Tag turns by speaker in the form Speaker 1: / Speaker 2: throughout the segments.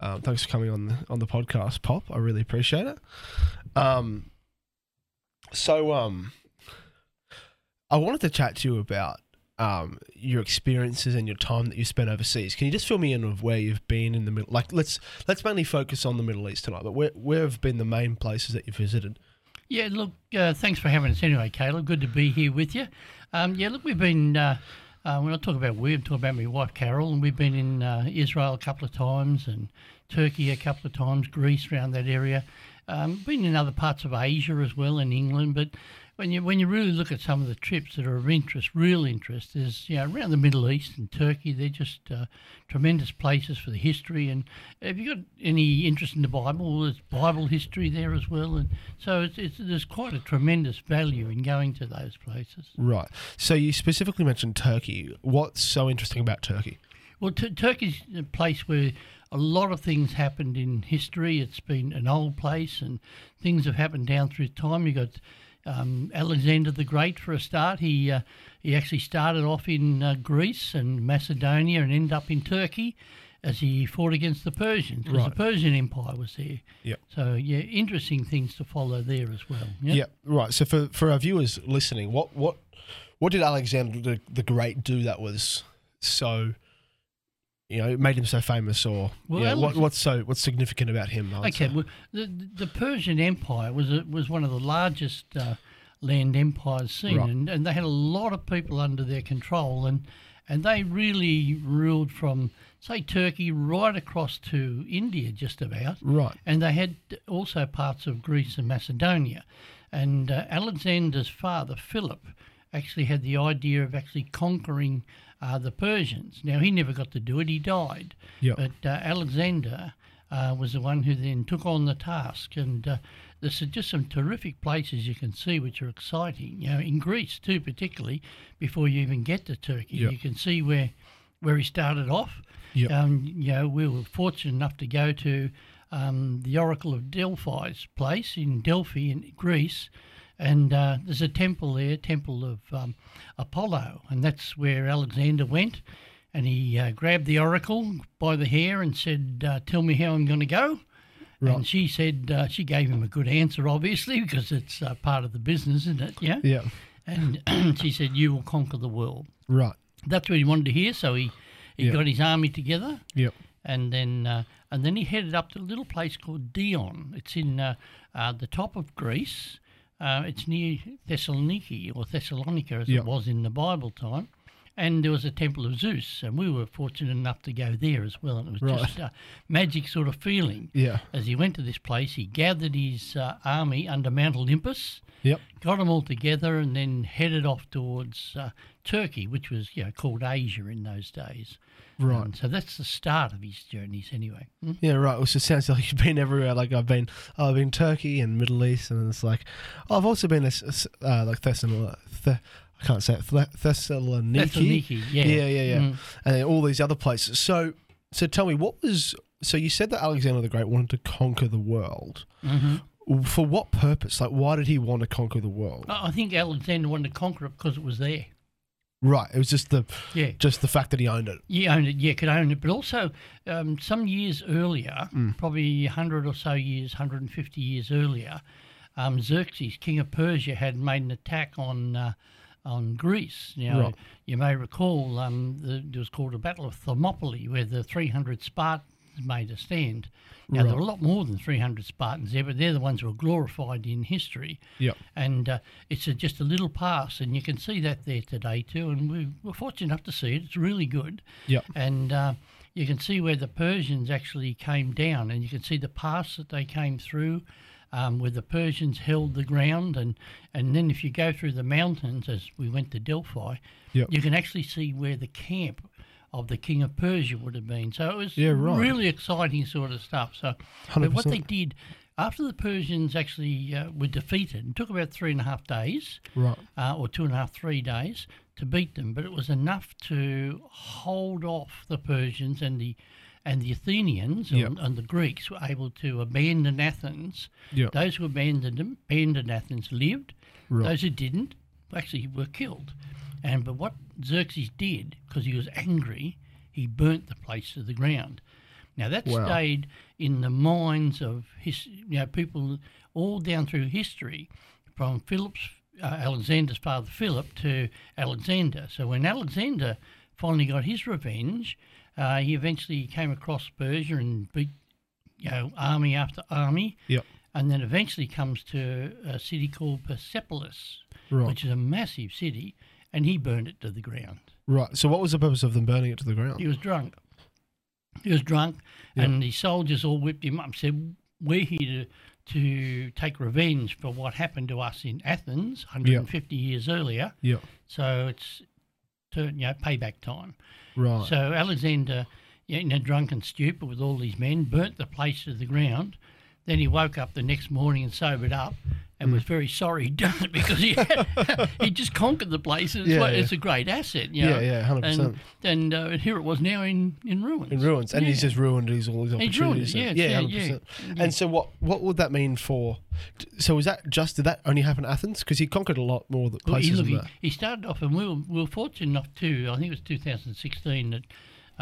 Speaker 1: Um, thanks for coming on on the podcast, Pop. I really appreciate it. Um, so um, I wanted to chat to you about um your experiences and your time that you spent overseas. Can you just fill me in of where you've been in the middle? Like let's let's mainly focus on the Middle East tonight, but where where have been the main places that you've visited?
Speaker 2: Yeah, look, uh, thanks for having us anyway, Caleb. Good to be here with you. Um, yeah, look, we've been, uh, uh, when I talk about we, I'm talking about my wife, Carol, and we've been in uh, Israel a couple of times and Turkey a couple of times, Greece, around that area. Um, been in other parts of Asia as well, in England, but when you when you really look at some of the trips that are of interest, real interest, is you know, around the Middle East and Turkey. They're just uh, tremendous places for the history. And if you got any interest in the Bible, there's Bible history there as well. And so it's, it's there's quite a tremendous value in going to those places.
Speaker 1: Right. So you specifically mentioned Turkey. What's so interesting about Turkey?
Speaker 2: Well, t- Turkey's a place where a lot of things happened in history. It's been an old place, and things have happened down through time. You got um, Alexander the Great for a start. He uh, he actually started off in uh, Greece and Macedonia and ended up in Turkey as he fought against the Persians because
Speaker 1: Right.
Speaker 2: the Persian Empire was there.
Speaker 1: Yep.
Speaker 2: So yeah, interesting things to follow there as well.
Speaker 1: Yeah. Right. So for for our viewers listening, what what what did Alexander the, the Great do that was so? You know, made him so famous, or
Speaker 2: Well,
Speaker 1: you know, what,
Speaker 2: Alex-
Speaker 1: what's so what's significant about him? I would
Speaker 2: Okay,
Speaker 1: say?
Speaker 2: well, the the Persian Empire was a, was one of the largest uh, land empires seen,
Speaker 1: Right.
Speaker 2: and, and they had a lot of people under their control, and and they really ruled from say Turkey right across to India, just about.
Speaker 1: right.
Speaker 2: And they had also parts of Greece and Macedonia. And uh, Alexander's father, Philip, actually had the idea of actually conquering uh, the Persians. Now, he never got to do it, he died.
Speaker 1: Yep.
Speaker 2: But uh, Alexander uh, was the one who then took on the task. And uh, there's just some terrific places you can see which are exciting, you know, in Greece too, particularly, before you even get to Turkey.
Speaker 1: Yep.
Speaker 2: You can see where where he started off.
Speaker 1: Yep.
Speaker 2: Um, you know, we were fortunate enough to go to um, the Oracle of Delphi's place in Delphi in Greece, and uh, there's a temple there, Temple of um, Apollo, and that's where Alexander went, and he uh, grabbed the oracle by the hair and said, uh, "Tell me how I'm going to go."
Speaker 1: Right.
Speaker 2: And she said uh, she gave him a good answer, obviously, because it's uh, part of the business, isn't it? Yeah.
Speaker 1: Yeah.
Speaker 2: And she said, "You will conquer the world."
Speaker 1: Right.
Speaker 2: that's what he wanted to hear. So he, he
Speaker 1: Yeah.
Speaker 2: got his army together,
Speaker 1: Yep.
Speaker 2: and then uh, and then he headed up to a little place called Dion. It's in uh, uh, the top of Greece. Uh, it's near Thessaloniki or Thessalonica, as
Speaker 1: Yeah.
Speaker 2: it was in the Bible time. And there was a temple of Zeus, and we were fortunate enough to go there as well. And it was
Speaker 1: Right.
Speaker 2: just a magic sort of feeling.
Speaker 1: Yeah.
Speaker 2: As he went to this place, he gathered his uh, army under Mount Olympus
Speaker 1: Yep.
Speaker 2: got them all together and then headed off towards uh, Turkey, which was you know, called Asia in those days.
Speaker 1: Right.
Speaker 2: And so that's the start of his journeys, anyway. Mm.
Speaker 1: Yeah, right. Which just sounds like you've been everywhere. Like I've been, I've been Turkey and Middle East, and it's like oh, I've also been a, uh, like Thessaloniki. Th- I can't say it. Th- Thessaloniki.
Speaker 2: Thessaloniki, yeah.
Speaker 1: yeah, yeah, yeah.
Speaker 2: Mm.
Speaker 1: and then all these other places. So, so tell me, what was? So you said that Alexander the Great wanted to conquer the world.
Speaker 2: Mm-hmm.
Speaker 1: For what purpose? Like, why did he want to conquer the world?
Speaker 2: I I think Alexander wanted to conquer it because it was there.
Speaker 1: Right. It was just the,
Speaker 2: Yeah.
Speaker 1: just the fact that he owned it.
Speaker 2: You owned it, yeah, could own it. But also, um, some years earlier, probably 100 or so years, 150 years earlier, um, Xerxes, king of Persia, had made an attack on uh, on Greece. Now,
Speaker 1: Right.
Speaker 2: you may recall um, the, it was called the Battle of Thermopylae, where the 300 Spartans made a stand. Now, there were a lot more than 300 Spartans there, but they're the ones who are glorified in history
Speaker 1: Yep.
Speaker 2: and uh, it's a, just a little pass, and you can see that there today too. And we were fortunate enough to see it; it's really good.
Speaker 1: Yep.
Speaker 2: And uh, you can see where the Persians actually came down, and you can see the pass that they came through, um, where the Persians held the ground, and and then if you go through the mountains, as we went to Delphi,
Speaker 1: Yep.
Speaker 2: you can actually see where the camp. Of the king of Persia would have been, so it was
Speaker 1: Yeah, right.
Speaker 2: really exciting sort of stuff. So, but what
Speaker 1: 100%.
Speaker 2: they did after the Persians actually uh, were defeated, it took about three and a half days,
Speaker 1: Right.
Speaker 2: uh, or two and a half, three days to beat them, but it was enough to hold off the Persians and the and the Athenians
Speaker 1: Yep.
Speaker 2: and, and the Greeks were able to abandon Athens.
Speaker 1: Yep.
Speaker 2: Those who abandoned them, abandoned Athens lived.
Speaker 1: Right.
Speaker 2: Those who didn't actually were killed. And but what Xerxes did, because he was angry, he burnt the place to the ground. Now that
Speaker 1: Wow.
Speaker 2: stayed in the minds of his, you know, people all down through history, from Philip's uh, Alexander's father Philip to Alexander. So when Alexander finally got his revenge, uh, he eventually came across Persia and beat, you know, army after army,
Speaker 1: Yep.
Speaker 2: and then eventually comes to a city called Persepolis,
Speaker 1: Right.
Speaker 2: which is a massive city, and he burned it to the ground.
Speaker 1: Right. So what was the purpose of them burning it to the ground?
Speaker 2: He was drunk. He was drunk,
Speaker 1: Yeah.
Speaker 2: and the soldiers all whipped him up and said, We're here to, to take revenge for what happened to us in Athens 150 years earlier.
Speaker 1: Yep.
Speaker 2: So it's to, you know, payback time.
Speaker 1: Right.
Speaker 2: So Alexander, you know, drunken stupor with all these men, burnt the place to the ground. Then he woke up the next morning and sobered up
Speaker 1: Hmm.
Speaker 2: and was very sorry he'd done it because he, had, he just conquered the place. And it's,
Speaker 1: Yeah,
Speaker 2: like-
Speaker 1: yeah.
Speaker 2: it's a great asset, you
Speaker 1: Yeah,
Speaker 2: know.
Speaker 1: yeah, 100%.
Speaker 2: And, and uh, here it was now in, in ruins.
Speaker 1: in ruins, and he's
Speaker 2: Yeah.
Speaker 1: just ruined his all his
Speaker 2: He's ruined it,
Speaker 1: opportunities.
Speaker 2: yeah,
Speaker 1: yeah,
Speaker 2: yeah,
Speaker 1: 100%.
Speaker 2: yeah, yeah.
Speaker 1: And so, what what would that mean for? So, was that just did that only happen in Athens? Because he conquered a lot more th-
Speaker 2: Well, he,
Speaker 1: places
Speaker 2: look,
Speaker 1: than
Speaker 2: he,
Speaker 1: that.
Speaker 2: he started off, and we were, we were fortunate enough to, I think it was 2016, that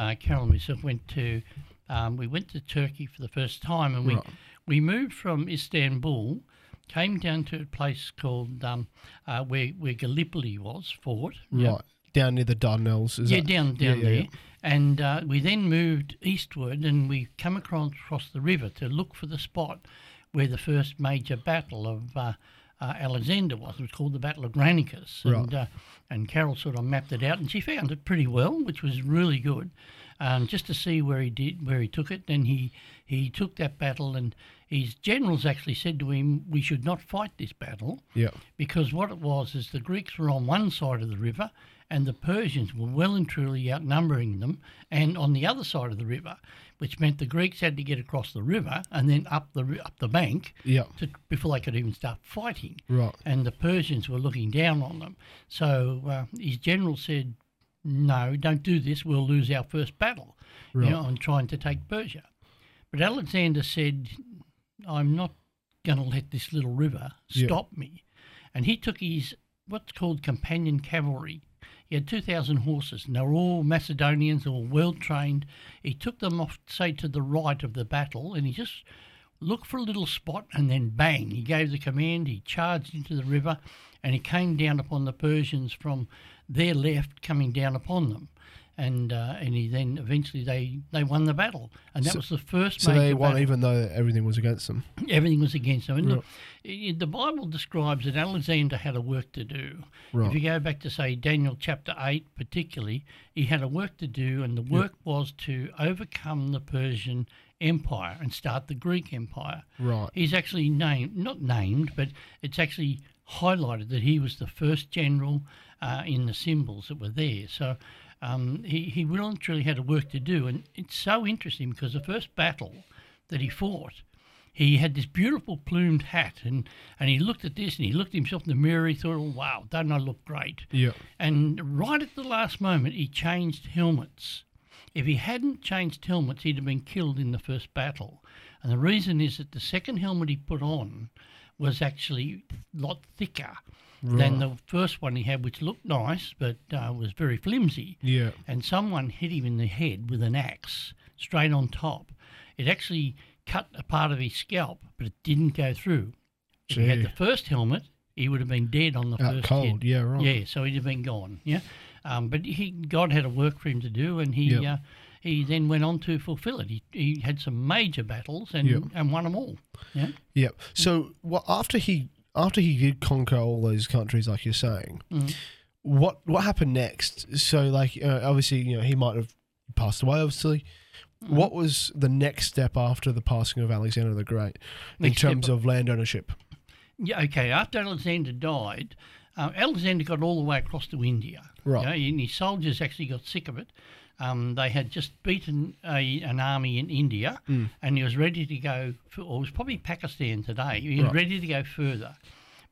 Speaker 2: uh, Carol and myself went to, um, we went to Turkey for the first time, and we,
Speaker 1: Right.
Speaker 2: we moved from Istanbul, came down to a place called um, uh, where, where Gallipoli was, fort. yeah.
Speaker 1: Right down near the Dardanelles. Is
Speaker 2: Yeah,
Speaker 1: that-
Speaker 2: down down
Speaker 1: yeah,
Speaker 2: there.
Speaker 1: yeah.
Speaker 2: And uh, we then moved eastward, and we come across, across the river to look for the spot where the first major battle of uh, uh, Alexander was. It was called the Battle of Granicus, and uh, and Carol sort of mapped it out, and she found it pretty well, which was really good. Um, just to see where he did, where he took it, and he he took that battle, and his generals actually said to him, "We should not fight this battle."
Speaker 1: Yeah.
Speaker 2: because what it was is the Greeks were on one side of the river and the Persians were well and truly outnumbering them and on the other side of the river, which meant the Greeks had to get across the river and then up the ri- up the bank
Speaker 1: Yeah.
Speaker 2: to, before they could even start fighting.
Speaker 1: Right.
Speaker 2: And the Persians were looking down on them. So uh, his general said, "No, don't do this. We'll lose our first battle,
Speaker 1: Right.
Speaker 2: you know, on trying to take Persia." But Alexander said, "I'm not going to let this little river
Speaker 1: Yeah.
Speaker 2: stop me," and he took his what's called companion cavalry. He had 2,000 horses, and they were all Macedonians, they were well trained. He took them off, say, to the right of the battle, and he just looked for a little spot, and then bang, he gave the command. He charged into the river, and he came down upon the Persians from their left, coming down upon them. And uh, and he then eventually they, they won the battle, and that was the first.
Speaker 1: So
Speaker 2: major
Speaker 1: they won,
Speaker 2: battle
Speaker 1: even though everything was against them.
Speaker 2: everything was against him. And look, i- the Bible describes that Alexander had a work to do.
Speaker 1: Right.
Speaker 2: If you go back to, say, Daniel chapter 8, particularly, he had a work to do, and the work was to overcome the Persian Empire and start the Greek Empire.
Speaker 1: Right.
Speaker 2: He's actually named, not named, but it's actually highlighted that he was the first general uh, in the symbols that were there. So um, he, he really and truly had a work to do. And it's so interesting because the first battle that he fought, he had this beautiful plumed hat. And, and he looked at this and he looked at himself in the mirror. He thought, oh, wow, don't I look great?
Speaker 1: Yeah.
Speaker 2: And right at the last moment, he changed helmets. If he hadn't changed helmets, he'd have been killed in the first battle. And the reason is that the second helmet he put on was actually a lot thicker than the first one he had, which looked nice but uh, was very flimsy.
Speaker 1: Yeah.
Speaker 2: And someone hit him in the head with an axe straight on top. It actually cut a part of his scalp, but it didn't go through. If he had
Speaker 1: Gee.
Speaker 2: the first helmet, he would have been dead on the
Speaker 1: Out
Speaker 2: first
Speaker 1: cold.
Speaker 2: hit.
Speaker 1: Yeah. Right.
Speaker 2: Yeah, so he'd have been gone. Yeah, um, but he God had a work for him to do, and he
Speaker 1: Yep.
Speaker 2: uh, he then went on to fulfill it. He, he had some major battles and
Speaker 1: Yep.
Speaker 2: and won them all. Yeah,
Speaker 1: Yep. So what after he after he did conquer all those countries, like you're saying,
Speaker 2: Mm.
Speaker 1: what what happened next? So like uh, obviously you know he might have passed away. Obviously,
Speaker 2: Mm.
Speaker 1: what was the next step after the passing of Alexander the Great
Speaker 2: Next
Speaker 1: in
Speaker 2: step-
Speaker 1: terms of land ownership?
Speaker 2: yeah. Okay, after Alexander died, uh, Alexander got all the way across to India.
Speaker 1: Right.
Speaker 2: yeah, and his soldiers actually got sick of it. Um, they had just beaten a, an army in India,
Speaker 1: Hmm.
Speaker 2: and he was ready to go. For, or it was probably Pakistan today. He was
Speaker 1: Right.
Speaker 2: ready to go further,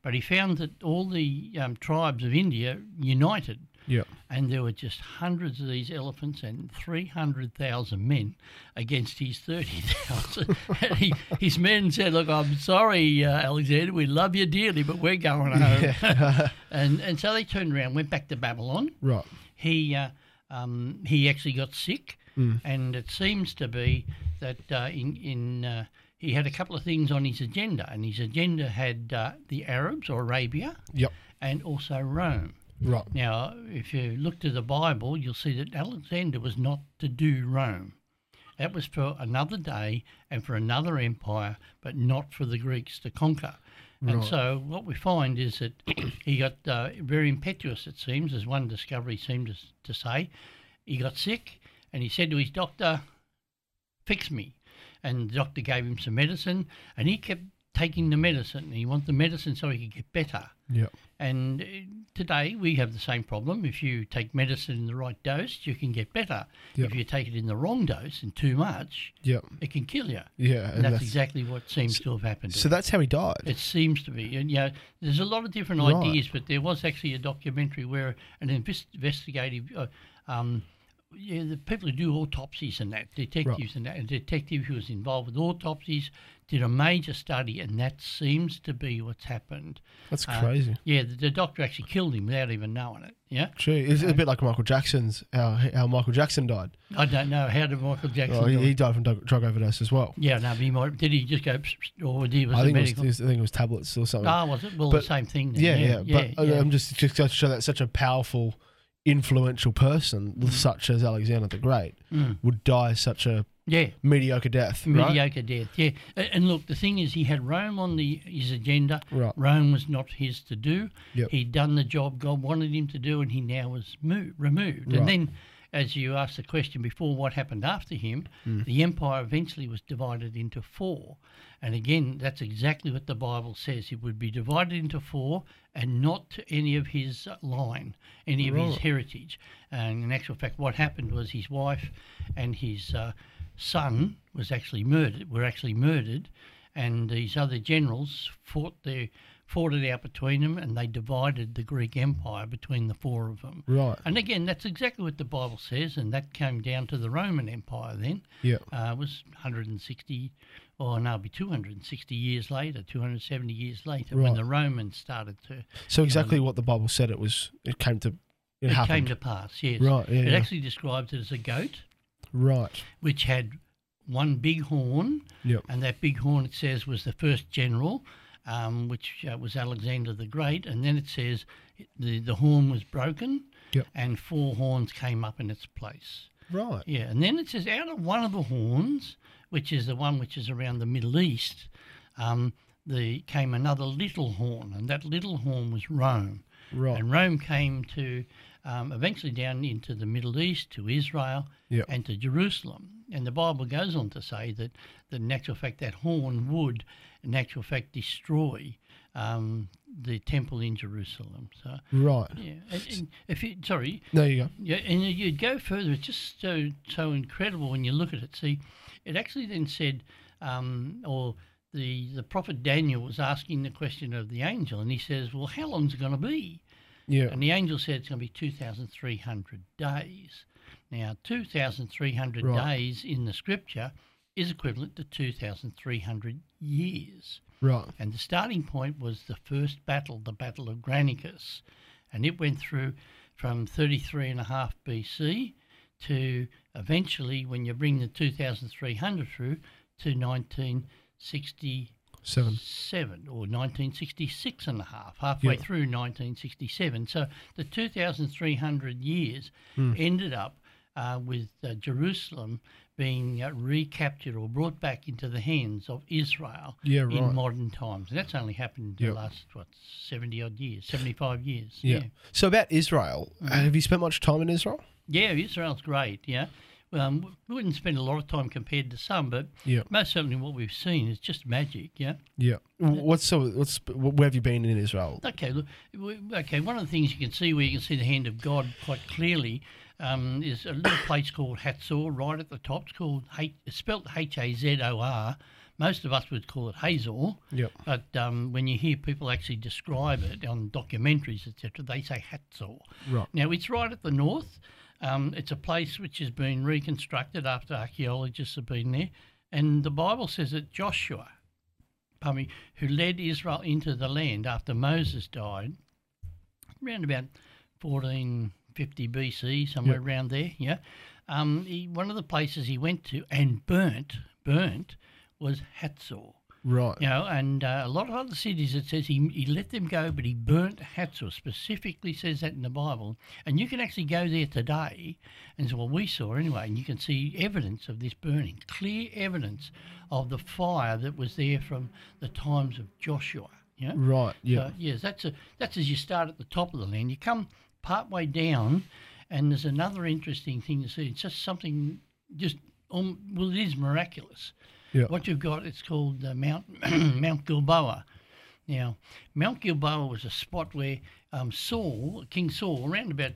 Speaker 2: but he found that all the um, tribes of India united.
Speaker 1: Yeah.
Speaker 2: and there were just hundreds of these elephants and 300,000 men against his 30,000. And he- his men said, Look, I'm sorry, uh, Alexander, we love you dearly, but we're going home. and, and so they turned around, went back to Babylon.
Speaker 1: Right.
Speaker 2: He, uh, um, he actually got sick, and it seems to be that uh, in in uh, he had a couple of things on his agenda, and his agenda had uh, the Arabs or Arabia
Speaker 1: Yep.
Speaker 2: and also Rome.
Speaker 1: Right.
Speaker 2: Now, if you look to the Bible, you'll see that Alexander was not to do Rome. That was for another day and for another empire, but not for the Greeks to conquer. And so, what we find is that he got uh, very impetuous, it seems, as one discovery seemed to, s- to say. He got sick and he said to his doctor, Fix me. And the doctor gave him some medicine, and he kept taking the medicine. He wanted the medicine so he could get better.
Speaker 1: Yep.
Speaker 2: And uh, today we have the same problem. If you take medicine in the right dose, you can get better.
Speaker 1: Yep.
Speaker 2: If you take it in the wrong dose and too much,
Speaker 1: Yep.
Speaker 2: it can kill you.
Speaker 1: Yeah.
Speaker 2: And that's, exactly what seems to have happened. to
Speaker 1: Uh, So
Speaker 2: him.
Speaker 1: that's how he died.
Speaker 2: it seems to be. And, you know, there's a lot of different
Speaker 1: Right.
Speaker 2: ideas, but there was actually a documentary where an invest- investigative. Uh, um, yeah, the people who do autopsies and that, detectives and that, a detective who was involved with autopsies did a major study, and that seems to be what's happened.
Speaker 1: That's
Speaker 2: Uh,
Speaker 1: crazy.
Speaker 2: Yeah, the, the doctor actually killed him without even knowing it. Yeah,
Speaker 1: True. It's a bit like Michael Jackson's how how Michael Jackson died.
Speaker 2: I don't know how did Michael Jackson.
Speaker 1: Oh, he,
Speaker 2: do
Speaker 1: he
Speaker 2: it?
Speaker 1: died from drug, drug overdose as well.
Speaker 2: yeah, no, but he might. Did he just go? psh, psh, Or did he was
Speaker 1: I
Speaker 2: it
Speaker 1: think it
Speaker 2: medical?
Speaker 1: was I think it was tablets or something.
Speaker 2: Ah, was it? Well,
Speaker 1: but-
Speaker 2: the same thing. Then.
Speaker 1: yeah, yeah,
Speaker 2: yeah,
Speaker 1: But uh, um,
Speaker 2: yeah.
Speaker 1: I'm just just to show that such a powerful, influential person,
Speaker 2: Mm.
Speaker 1: such as Alexander the Great, would die such a
Speaker 2: yeah.
Speaker 1: mediocre death. Right?
Speaker 2: Mm. Mediocre death, yeah. A- And look, the thing is, he had Rome on the his agenda.
Speaker 1: Right.
Speaker 2: Rome was not his to do.
Speaker 1: Yep.
Speaker 2: He'd done the job God wanted him to do, and he now was moved, removed.
Speaker 1: Right.
Speaker 2: And then, as you asked the question before, what happened after him?
Speaker 1: Hmm.
Speaker 2: The empire eventually was divided into four. And again, that's exactly what the Bible says. It would be divided into four and not to any of his uh, line, any of his
Speaker 1: Right.
Speaker 2: heritage. And in actual fact, what happened was his wife and his uh, son was actually murdered. Were actually murdered, and these other generals fought their fought it out between them, and they divided the Greek Empire between the four of them.
Speaker 1: Right.
Speaker 2: And again, that's exactly what the Bible says, and that came down to the Roman Empire then
Speaker 1: Yeah.
Speaker 2: uh, it was 160, or oh, no, it'd be 260 years later, 270 years later, when
Speaker 1: Right.
Speaker 2: the Romans started to.
Speaker 1: So exactly what the Bible said it was. It came to. It,
Speaker 2: It
Speaker 1: happened.
Speaker 2: came to pass, yes.
Speaker 1: Right, yeah,
Speaker 2: it
Speaker 1: yeah.
Speaker 2: actually describes it as a goat,
Speaker 1: right.
Speaker 2: which had one big horn,
Speaker 1: Yep.
Speaker 2: and that big horn, it says, was the first general, um, which uh, was Alexander the Great. And then it says the, the horn was broken,
Speaker 1: Yep.
Speaker 2: and four horns came up in its place.
Speaker 1: Right.
Speaker 2: Yeah, and then it says out of one of the horns, which is the one which is around the Middle East, um, the came another little horn, and that little horn was Rome.
Speaker 1: Right.
Speaker 2: And Rome came to um, eventually down into the Middle East, to Israel,
Speaker 1: Yeah.
Speaker 2: and to Jerusalem. And the Bible goes on to say that, that in actual fact, that horn would, in actual fact, destroy um, the temple in Jerusalem. So,
Speaker 1: Right.
Speaker 2: yeah. And, and if you, sorry,
Speaker 1: There you go.
Speaker 2: yeah, and you- you'd go further. It's just so so incredible when you look at it. See, it actually then said, um, or the the prophet Daniel was asking the question of the angel, and he says, "Well, how long's it going to be?"
Speaker 1: Yeah.
Speaker 2: And the angel said, "It's going to be two thousand three hundred days." Now, two thousand three hundred
Speaker 1: Right.
Speaker 2: days in the scripture is equivalent to two thousand three hundred years.
Speaker 1: Right.
Speaker 2: And the starting point was the first battle, the Battle of Granicus. And it went through from 33 and a half BC to eventually, when you bring the 2300 through, to 1967
Speaker 1: Seven.
Speaker 2: or 1966 and a half, halfway
Speaker 1: Yeah.
Speaker 2: through 1967. So the 2300 years
Speaker 1: Hmm.
Speaker 2: ended up uh, with uh, Jerusalem being uh, recaptured or brought back into the hands of Israel
Speaker 1: Yeah, right.
Speaker 2: in modern times. And that's only happened in
Speaker 1: Yep.
Speaker 2: the last, what, 70 odd years, 75 years.
Speaker 1: Yeah. So about Israel, uh,
Speaker 2: Mm.
Speaker 1: have you spent much time in Israel?
Speaker 2: Yeah, Israel's great. Yeah. Um, we wouldn't spend a lot of time compared to some, but
Speaker 1: Yeah.
Speaker 2: most certainly what we've seen is just magic. Yeah.
Speaker 1: Yeah. What's so? What's where have you been in Israel?
Speaker 2: Okay, look, we- okay. One of the things you can see where you can see the hand of God quite clearly um, is a little place called Hatzor, right at the top. It's called H- it's spelled H A Z O R. Most of us would call it Hazor,
Speaker 1: Yep.
Speaker 2: but um, when you hear people actually describe it on documentaries, etc., they say Hatzor.
Speaker 1: Right.
Speaker 2: Now it's right at the north. Um, it's a place which has been reconstructed after archaeologists have been there, and the Bible says that Joshua, pardon me, who led Israel into the land after Moses died, around about 1450 BC, somewhere around there, yeah. Um, he, one of the places he went to and burnt, burnt, was Hatzor.
Speaker 1: Right.
Speaker 2: You know, and uh, a lot of other cities it says he, he let them go, but he burnt Hatzor. Specifically says that in the Bible. And you can actually go there today, and so well we saw anyway, and you can see evidence of this burning, clear evidence of the fire that was there from the times of Joshua. You know?
Speaker 1: Right. Yeah.
Speaker 2: So, yes, Uh, that's a, that's as you start at the top of the land. You come part way down, and there's another interesting thing to see. It's just something, just um, well, it is miraculous.
Speaker 1: Yeah.
Speaker 2: What you've got, it's called uh, Mount Mount Gilboa. Now, Mount Gilboa was a spot where um, Saul, King Saul, around about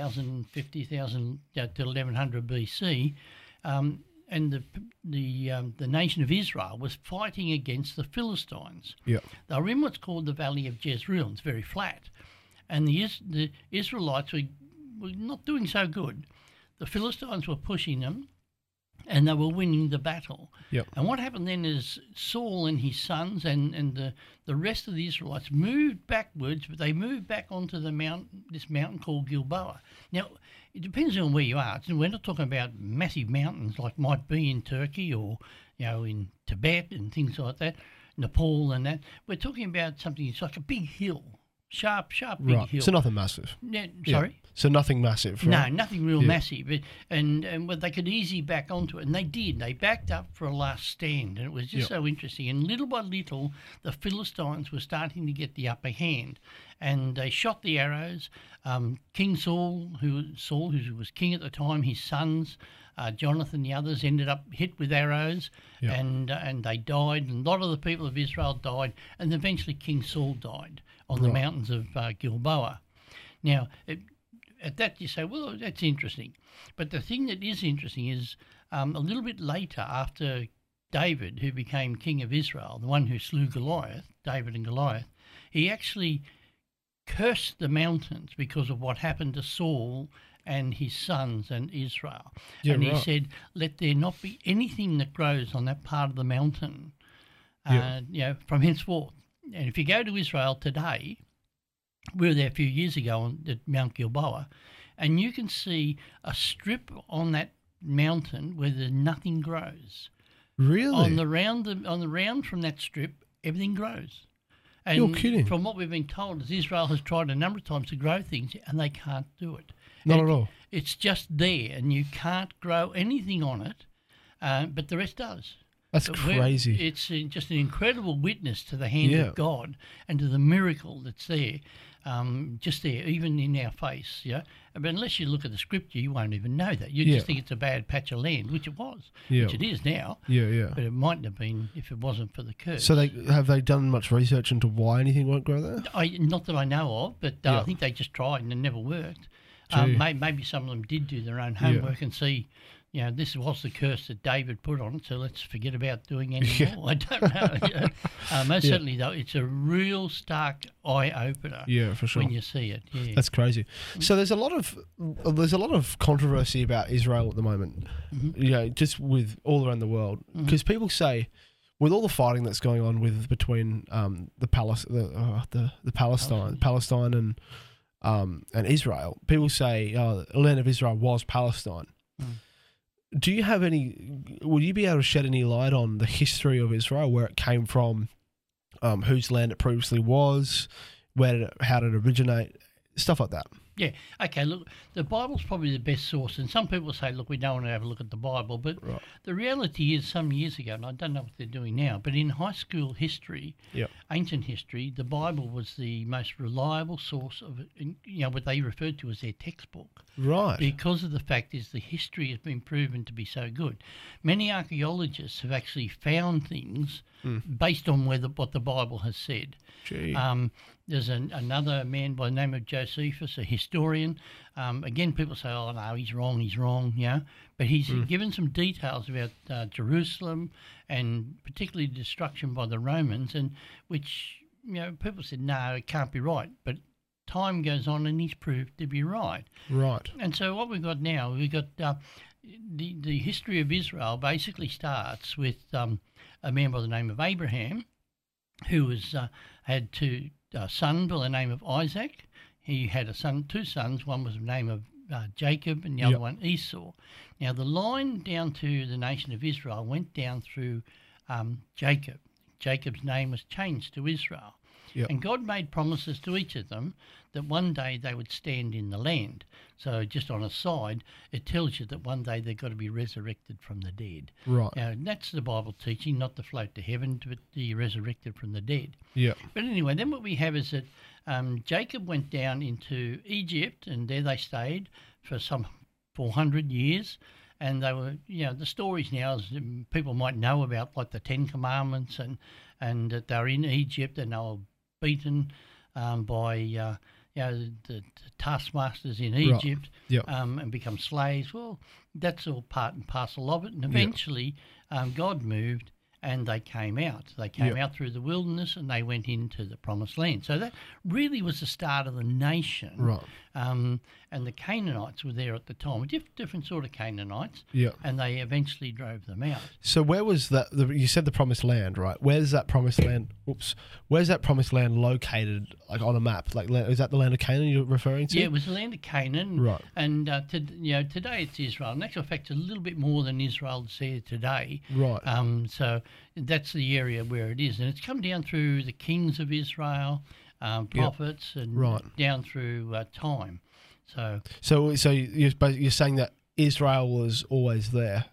Speaker 2: 1050, 1000 uh, to 1100 BC, um, and the the um, the nation of Israel was fighting against the Philistines.
Speaker 1: yeah.
Speaker 2: They were in what's called the Valley of Jezreel. It's very flat. And the, Is- the Israelites were, were not doing so good. The Philistines were pushing them and they were winning the battle.
Speaker 1: Yep.
Speaker 2: And what happened then is Saul and his sons and, and the, the rest of the Israelites moved backwards, but they moved back onto the mountain, this mountain called Gilboa. Now, it depends on where you are. So We're not talking about massive mountains like might be in Turkey or, you know, in Tibet and things like that, Nepal and that. We're talking about something, it's like a big hill, sharp, sharp big
Speaker 1: Right.
Speaker 2: hill.
Speaker 1: So nothing massive.
Speaker 2: Yeah,
Speaker 1: Yeah.
Speaker 2: sorry?
Speaker 1: So nothing massive. Right?
Speaker 2: No, nothing real
Speaker 1: Yeah.
Speaker 2: massive. It- And and well, they could easy back onto it, and they did. They backed up for a last stand, and it was just
Speaker 1: Yeah.
Speaker 2: so interesting. And little by little, the Philistines were starting to get the upper hand, and they shot the arrows. Um, King Saul, who Saul, who was king at the time, his sons, uh, Jonathan, the others, ended up hit with arrows,
Speaker 1: Yeah.
Speaker 2: and uh, and they died. And a lot of the people of Israel died, and eventually King Saul died on the
Speaker 1: Right.
Speaker 2: mountains of uh, Gilboa. Now, it, at that you say, well, that's interesting. But the thing that is interesting is um, a little bit later, after David, who became king of Israel, the one who slew Goliath, David and Goliath, he actually cursed the mountains because of what happened to Saul and his sons and Israel.
Speaker 1: Yeah,
Speaker 2: and he
Speaker 1: right.
Speaker 2: said, let there not be anything that grows on that part of the mountain, uh,
Speaker 1: Yeah.
Speaker 2: you know, from henceforth. And if you go to Israel today, we were there a few years ago on, at Mount Gilboa, and you can see a strip on that mountain where there's nothing grows.
Speaker 1: Really?
Speaker 2: On the round, on the round from that strip, everything grows. And
Speaker 1: You're kidding.
Speaker 2: From what we've been told, is Israel has tried a number of times to grow things, and they can't do it.
Speaker 1: Not
Speaker 2: And
Speaker 1: at all.
Speaker 2: It's just there, and you can't grow anything on it, uh, but the rest does.
Speaker 1: That's
Speaker 2: But we're-
Speaker 1: crazy.
Speaker 2: It's uh, just an incredible witness to the hand
Speaker 1: Yeah.
Speaker 2: of God and to the miracle that's there, um, just there, even in our face. Yeah, but unless you look at the scripture, you won't even know that. You
Speaker 1: Yeah.
Speaker 2: just think it's a bad patch of land, which it was,
Speaker 1: Yeah.
Speaker 2: which it is now.
Speaker 1: yeah, yeah.
Speaker 2: But it mightn't have been if it wasn't for the curse.
Speaker 1: So they have they done much research into why anything won't grow there?
Speaker 2: I, not that I know of, but uh,
Speaker 1: Yeah.
Speaker 2: I think they just tried and it never worked. Um,
Speaker 1: Gee.
Speaker 2: may, maybe some of them did do their own homework and see, you know, this was the curse that David put on it, so let's forget about doing any more. I don't know. yeah. uh, most certainly, though, it's a real stark eye opener
Speaker 1: Yeah, for sure.
Speaker 2: when you see it. Yeah.
Speaker 1: That's crazy. So there's a lot of there's a lot of controversy about Israel at the moment. You know, just with all around the world because people say with all the fighting that's going on with between um, the Palis- the, uh, the the Palestine Palestine and um, and Israel, people say uh, the land of Israel was Palestine. Do you have any? Would you be able to shed any light on the history of Israel, where it came from, um, whose land it previously was, where did it, how did it originate, stuff like that?
Speaker 2: Yeah. Okay. Look, the Bible's probably the best source, and some people say, "Look, we don't want to have a look at the Bible," but
Speaker 1: Right.
Speaker 2: the reality is, some years ago, and I don't know what they're doing now, but in high school history,
Speaker 1: Yep.
Speaker 2: ancient history, the Bible was the most reliable source of, you know, what they referred to as their textbook
Speaker 1: Right.
Speaker 2: because of the fact is the history has been proven to be so good. Many archaeologists have actually found things
Speaker 1: Hmm.
Speaker 2: based on whether what the Bible has said.
Speaker 1: Gee.
Speaker 2: Um, there's an, another man by the name of Josephus, a historian. Um, again, people say, "Oh no, he's wrong. He's wrong," you know. But he's given some details about uh, Jerusalem and particularly destruction by the Romans, and which you know people said, "No, it can't be right." But time goes on, and he's proved to be right.
Speaker 1: right.
Speaker 2: And so what we've got now, we've got uh, the the history of Israel basically starts with um, a man by the name of Abraham, who was uh, had two uh, son by the name of Isaac. He had a son, two sons. One was the name of uh, Jacob and the
Speaker 1: Yep.
Speaker 2: other one Esau. Now the line down to the nation of Israel went down through um, Jacob. Jacob's name was changed to Israel.
Speaker 1: Yep.
Speaker 2: And God made promises to each of them that one day they would stand in the land. So, just on a side, it tells you that one day they've got to be resurrected from the dead.
Speaker 1: Right.
Speaker 2: Now, that's the Bible teaching, not to float to heaven, but to be resurrected from the dead.
Speaker 1: Yeah.
Speaker 2: But anyway, then what we have is that um, Jacob went down into Egypt, and there they stayed for some 400 years. And they were, you know, the stories now is um, people might know about like the Ten Commandments, and and that they're in Egypt and they were beaten um, by, uh, you know, the, the taskmasters in Egypt
Speaker 1: Yep.
Speaker 2: um, and become slaves. Well, that's all part and parcel of it. And eventually, um, God moved and they came out. They came
Speaker 1: Yeah.
Speaker 2: out through the wilderness and they went into the promised land. So that really was the start of the nation.
Speaker 1: Right.
Speaker 2: Um, and the Canaanites were there at the time, Dif- different sort of Canaanites,
Speaker 1: Yeah.
Speaker 2: and they eventually drove them out.
Speaker 1: So where was that? The, you said the promised land, right? Where's that promised land? Oops. Where's that promised land located, like on a map? Like, la- is that the land of Canaan you're referring to?
Speaker 2: Yeah, it was the land of Canaan,
Speaker 1: Right.
Speaker 2: And uh, to, you know, today it's Israel. In actual fact, a little bit more than Israel's there today.
Speaker 1: Right.
Speaker 2: Um, so that's the area where it is, and it's come down through the kings of Israel, um, prophets, and
Speaker 1: Right.
Speaker 2: down through uh, time. So
Speaker 1: So, so you're bas- you're saying that Israel was always there,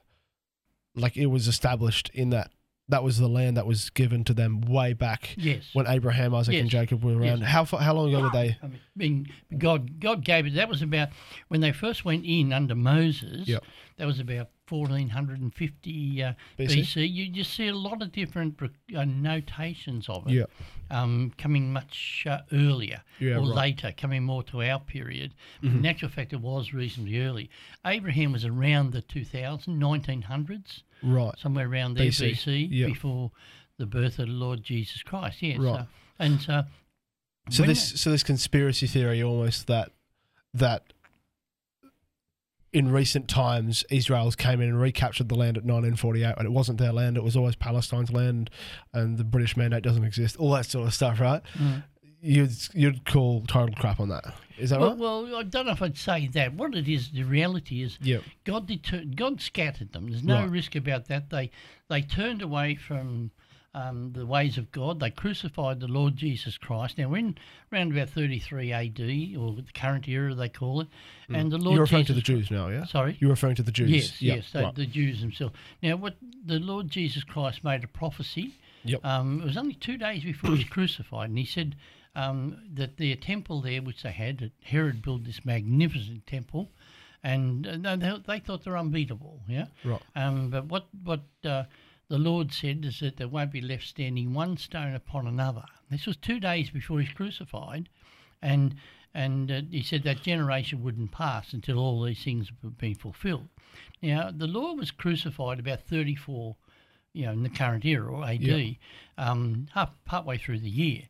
Speaker 1: like it was established in that. That was the land that was given to them way back
Speaker 2: yes,
Speaker 1: when Abraham, Isaac, and
Speaker 2: Yes.
Speaker 1: Jacob were around. How far, how long ago were they?
Speaker 2: I mean, God, God gave it. That was about when they first went in under Moses.
Speaker 1: Yep.
Speaker 2: That was about 1450 uh,
Speaker 1: BC.
Speaker 2: BC. You just see a lot of different uh, notations of it.
Speaker 1: Yeah.
Speaker 2: Um, coming much uh, earlier
Speaker 1: Yeah,
Speaker 2: or
Speaker 1: right. Mm-hmm.
Speaker 2: later, coming more to our period. In actual fact, it was reasonably early. Abraham was around the 2000, 1900s,
Speaker 1: Right.
Speaker 2: somewhere around there,
Speaker 1: BC,
Speaker 2: BC,
Speaker 1: yeah.
Speaker 2: before the birth of the Lord Jesus Christ. Yes.
Speaker 1: Right.
Speaker 2: So, and so.
Speaker 1: So
Speaker 2: when
Speaker 1: this so this conspiracy theory almost that that in recent times Israel's came in and recaptured the land at 1948 and it wasn't their land it was always Palestine's land and the British mandate doesn't exist all that sort of stuff right
Speaker 2: Mm.
Speaker 1: you'd you'd call total crap on that is that
Speaker 2: Well,
Speaker 1: right
Speaker 2: well, I don't know if I'd say that. What it is, the reality is,
Speaker 1: yeah
Speaker 2: God deter- God scattered them. There's no
Speaker 1: Right.
Speaker 2: risk about that. They they turned away from um, the ways of God. They crucified the Lord Jesus Christ. Now we're in around about 33 AD, or the current era they call it, and the
Speaker 1: Mm.
Speaker 2: Lord
Speaker 1: you're referring to the
Speaker 2: Jesus-
Speaker 1: Jews now yeah
Speaker 2: Sorry.
Speaker 1: you're referring to the Jews
Speaker 2: Yes,
Speaker 1: yeah,
Speaker 2: yes, they,
Speaker 1: right.
Speaker 2: the Jews themselves. Now, what the Lord Jesus Christ made a prophecy.
Speaker 1: Yep.
Speaker 2: Um, it was only two days before he was crucified, and he said um, that their temple there, which they had, that Herod built this magnificent temple, and uh, no, they, they thought they're unbeatable. Yeah.
Speaker 1: Right.
Speaker 2: Um, but what what uh, the Lord said is that there won't be left standing one stone upon another. This was two days before he was crucified, and and uh, he said that generation wouldn't pass until all these things had been fulfilled. Now the Lord was crucified about thirty four, you know, in the current era or AD, um, half partway through the year.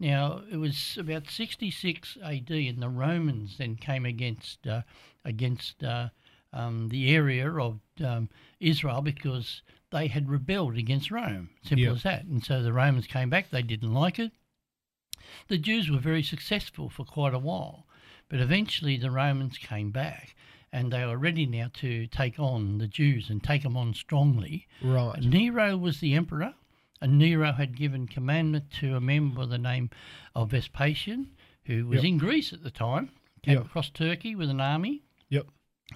Speaker 2: Now it was about sixty six AD, and the Romans then came against uh, against. Uh, um, the area of um, Israel because they had rebelled against Rome. Simple
Speaker 1: Yeah.
Speaker 2: as that. And so the Romans came back. They didn't like it. The Jews were very successful for quite a while, but eventually the Romans came back and they were ready now to take on the Jews and take them on strongly.
Speaker 1: right
Speaker 2: Nero was the emperor, and Nero had given commandment to a man by the name of Vespasian, who was
Speaker 1: Yep.
Speaker 2: in Greece at the time, came
Speaker 1: Yep.
Speaker 2: across Turkey with an army.
Speaker 1: yep